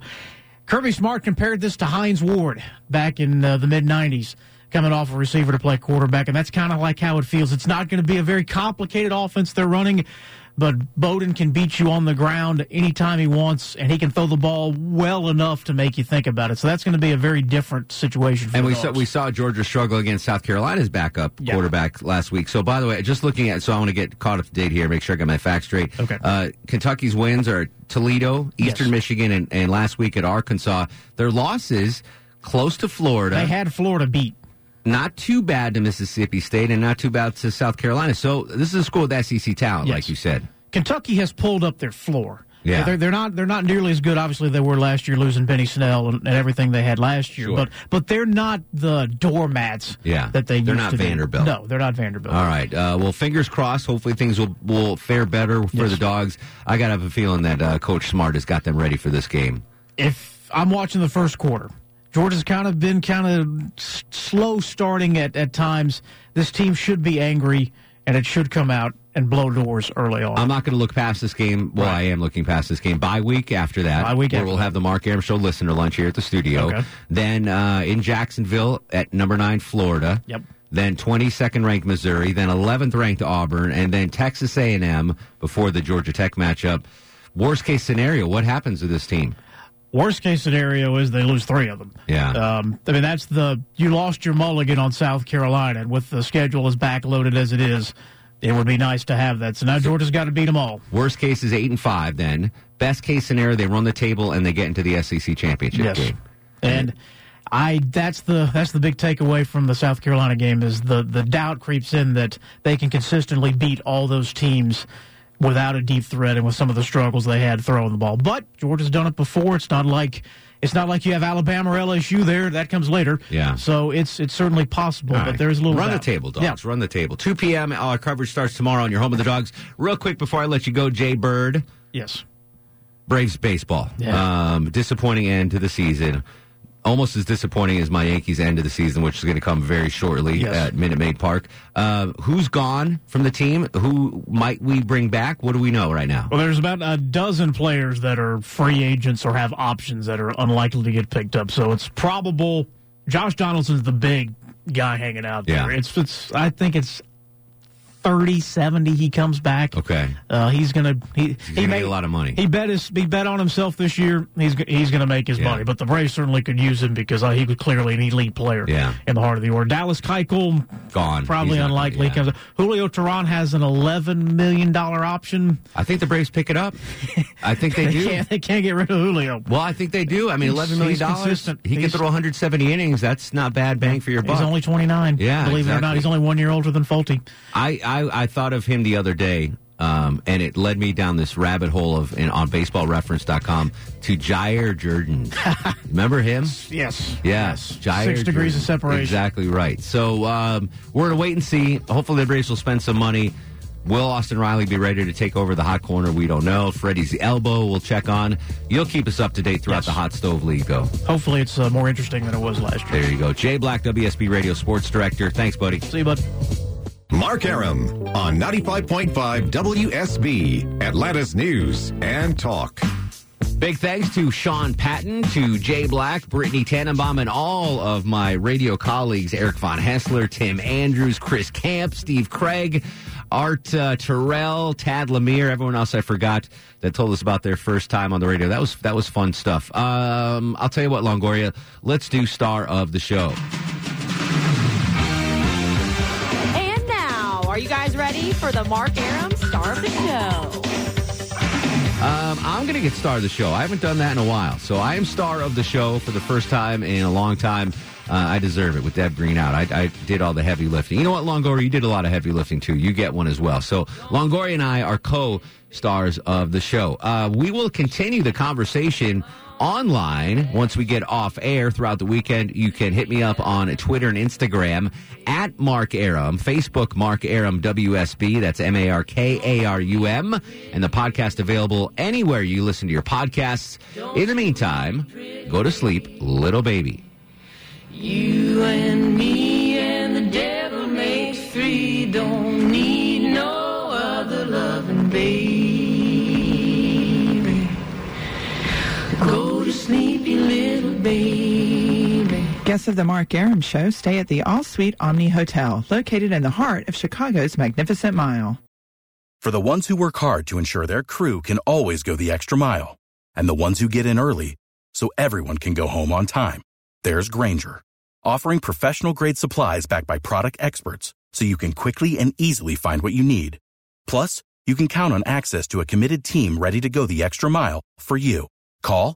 Speaker 7: Kirby Smart compared this to Heinz Ward back in uh, the mid 90s, coming off a receiver to play quarterback, and that's kind of like how it feels. It's not going to be a very complicated offense they're running, but Bowden can beat you on the ground anytime he wants, and he can throw the ball well enough to make you think about it. So that's going to be a very different situation for
Speaker 1: And we
Speaker 7: the
Speaker 1: saw we saw Georgia struggle against South Carolina's backup quarterback last week. So by the way, just looking at so I want to get caught up to date here, make sure I got my facts straight. Okay. Uh, Kentucky's wins are Toledo, Eastern Michigan, and, and last week at Arkansas. Their losses close to Florida.
Speaker 7: They had Florida beat.
Speaker 1: Not too bad to Mississippi State, and not too bad to South Carolina. So this is a school with SEC talent, like you said.
Speaker 7: Kentucky has pulled up their floor.
Speaker 1: Yeah.
Speaker 7: they're, they're not they're not nearly as good. Obviously, they were last year, losing Benny Snell and, and everything they had last year.
Speaker 1: Sure.
Speaker 7: But but they're not the doormats.
Speaker 1: Yeah.
Speaker 7: that they
Speaker 1: They're
Speaker 7: used
Speaker 1: not
Speaker 7: to be.
Speaker 1: Vanderbilt.
Speaker 7: No, they're not Vanderbilt.
Speaker 1: All right. Uh, well, fingers crossed. Hopefully, things will will fare better for the dogs. I got to have a feeling that uh, Coach Smart has got them ready for this game.
Speaker 7: If I'm watching the first quarter, Georgia's kind of been kind of s- slow starting at at times. This team should be angry, and it should come out and blow doors early on.
Speaker 1: I'm not going to look past this game. Well, I am looking past this game. By week after that,
Speaker 7: Bye week
Speaker 1: where
Speaker 7: after
Speaker 1: we'll have the Mark Aram Show listener lunch here at the studio.
Speaker 7: Okay.
Speaker 1: Then uh, in Jacksonville at number nine, Florida.
Speaker 7: Yep.
Speaker 1: Then 22nd ranked Missouri. Then 11th ranked Auburn, and then Texas A&M before the Georgia Tech matchup. Worst case scenario, what happens to this team?
Speaker 7: Worst case scenario is they lose three of them.
Speaker 1: Yeah.
Speaker 7: Um, I mean, that's the you lost your mulligan on South Carolina, and with the schedule as backloaded as it is, it would be nice to have that. So now Georgia's got to beat them all.
Speaker 1: Worst case is eight and five. Then best case scenario, they run the table and they get into the SEC championship
Speaker 7: Yes.
Speaker 1: game.
Speaker 7: And I that's the that's the big takeaway from the South Carolina game is the the doubt creeps in that they can consistently beat all those teams without a deep threat and with some of the struggles they had throwing the ball. But Georgia's done it before. It's not like it's not like you have Alabama or LSU there. That comes later.
Speaker 1: Yeah.
Speaker 7: So it's it's certainly possible,
Speaker 1: All
Speaker 7: but
Speaker 1: right.
Speaker 7: there's a little
Speaker 1: run
Speaker 7: doubt.
Speaker 1: the table, dogs.
Speaker 7: Yeah.
Speaker 1: Run the table. Two p.m. Our coverage starts tomorrow on your home of the dogs. Real quick before I let you go, Jay Bird,
Speaker 7: Yes.
Speaker 1: Braves baseball. Um, disappointing end to the season. almost as disappointing as my Yankees end of the season, which is going to come very shortly
Speaker 7: Yes.
Speaker 1: at Minute Maid Park. Uh, who's gone from the team? Who might we bring back? What do we know right now?
Speaker 7: Well, there's about a dozen players that are free agents or have options that are unlikely to get picked up. So it's probable Josh Donaldson's the big guy hanging out there.
Speaker 1: Yeah.
Speaker 7: It's it's I think it's 30 70 he comes back.
Speaker 1: Okay.
Speaker 7: Uh, he's going to he
Speaker 1: He's
Speaker 7: he
Speaker 1: going to
Speaker 7: may-
Speaker 1: make a lot of money.
Speaker 7: He bet his he bet on himself this year. He's g- he's going to make his
Speaker 1: Yeah.
Speaker 7: money, but the Braves certainly could use him because uh, he was clearly an elite player
Speaker 1: Yeah.
Speaker 7: in the heart of the order. Dallas Keuchel
Speaker 1: Gone.
Speaker 7: probably
Speaker 1: He's not-
Speaker 7: unlikely. Comes Julio Tehran has an eleven million dollar option.
Speaker 1: I think the Braves pick it up. I think they, do.
Speaker 7: Can't, they can't get rid of Julio.
Speaker 1: Well, I think they do. I mean,
Speaker 7: He's-
Speaker 1: eleven million
Speaker 7: he's
Speaker 1: dollars.
Speaker 7: consistent.
Speaker 1: He can
Speaker 7: He's-
Speaker 1: throw 170 innings. That's not bad bang for your buck.
Speaker 7: He's only 29.
Speaker 1: Yeah,
Speaker 7: Believe it or
Speaker 1: exactly.
Speaker 7: not, he's only one year older than Fulte.
Speaker 1: I, I, I thought of him the other day, um, and it led me down this rabbit hole of in, on baseballreference.com to Jair Jordan. Remember him?
Speaker 7: Yes.
Speaker 1: Yes. Jair
Speaker 7: Six degrees
Speaker 1: Jordan.
Speaker 7: of separation.
Speaker 1: Exactly right. So um, we're going to wait and see. Hopefully, the Braves will spend some money. Will Austin Riley be ready to take over the hot corner? We don't know. Freddie's elbow, we'll check on. You'll keep us up to date throughout the Hot Stove League, though.
Speaker 7: Hopefully, it's uh, more interesting than it was last year.
Speaker 1: There you go. Jay Black, WSB Radio Sports Director. Thanks, buddy. See
Speaker 7: you, bud.
Speaker 13: Mark Aram on 95.5 WSB, Atlantis News and Talk.
Speaker 1: Big thanks to Sean Patton, to Jay Black, Brittany Tannenbaum, and all of my radio colleagues Eric Von Hessler, Tim Andrews, Chris Camp, Steve Craig, Art uh, Terrell, Tad Lemire, everyone else I forgot that told us about their first time on the radio. That was that was fun stuff. Um, I'll tell you what, Longoria, let's do star of the show.
Speaker 16: And now, are you guys ready for the Mark Aram star of the show?
Speaker 1: Um, I'm going to get star of the show. I haven't done that in a while. So I am star of the show for the first time in a long time. Uh, I deserve it with Deb Green out. I, I did all the heavy lifting. You know what, Longoria? You did a lot of heavy lifting too. You get one as well. So Longoria and I are co stars of the show. Uh, we will continue the conversation online once we get off air throughout the weekend. You can hit me up on Twitter and Instagram at Mark Aram, Facebook Mark Aram WSB. That's M A R K A R U M. And the podcast available anywhere you listen to your podcasts. In the meantime, go to sleep, little baby.
Speaker 11: You and me and the devil makes three. Don't need no other loving, baby. Go to sleep, you little baby.
Speaker 17: Guests of the Mark Aram Show stay at the All Suite Omni Hotel, located in the heart of Chicago's Magnificent Mile.
Speaker 18: For the ones who work hard to ensure their crew can always go the extra mile, and the ones who get in early so everyone can go home on time, there's Granger, offering professional grade supplies backed by product experts so you can quickly and easily find what you need. Plus, you can count on access to a committed team ready to go the extra mile for you. Call,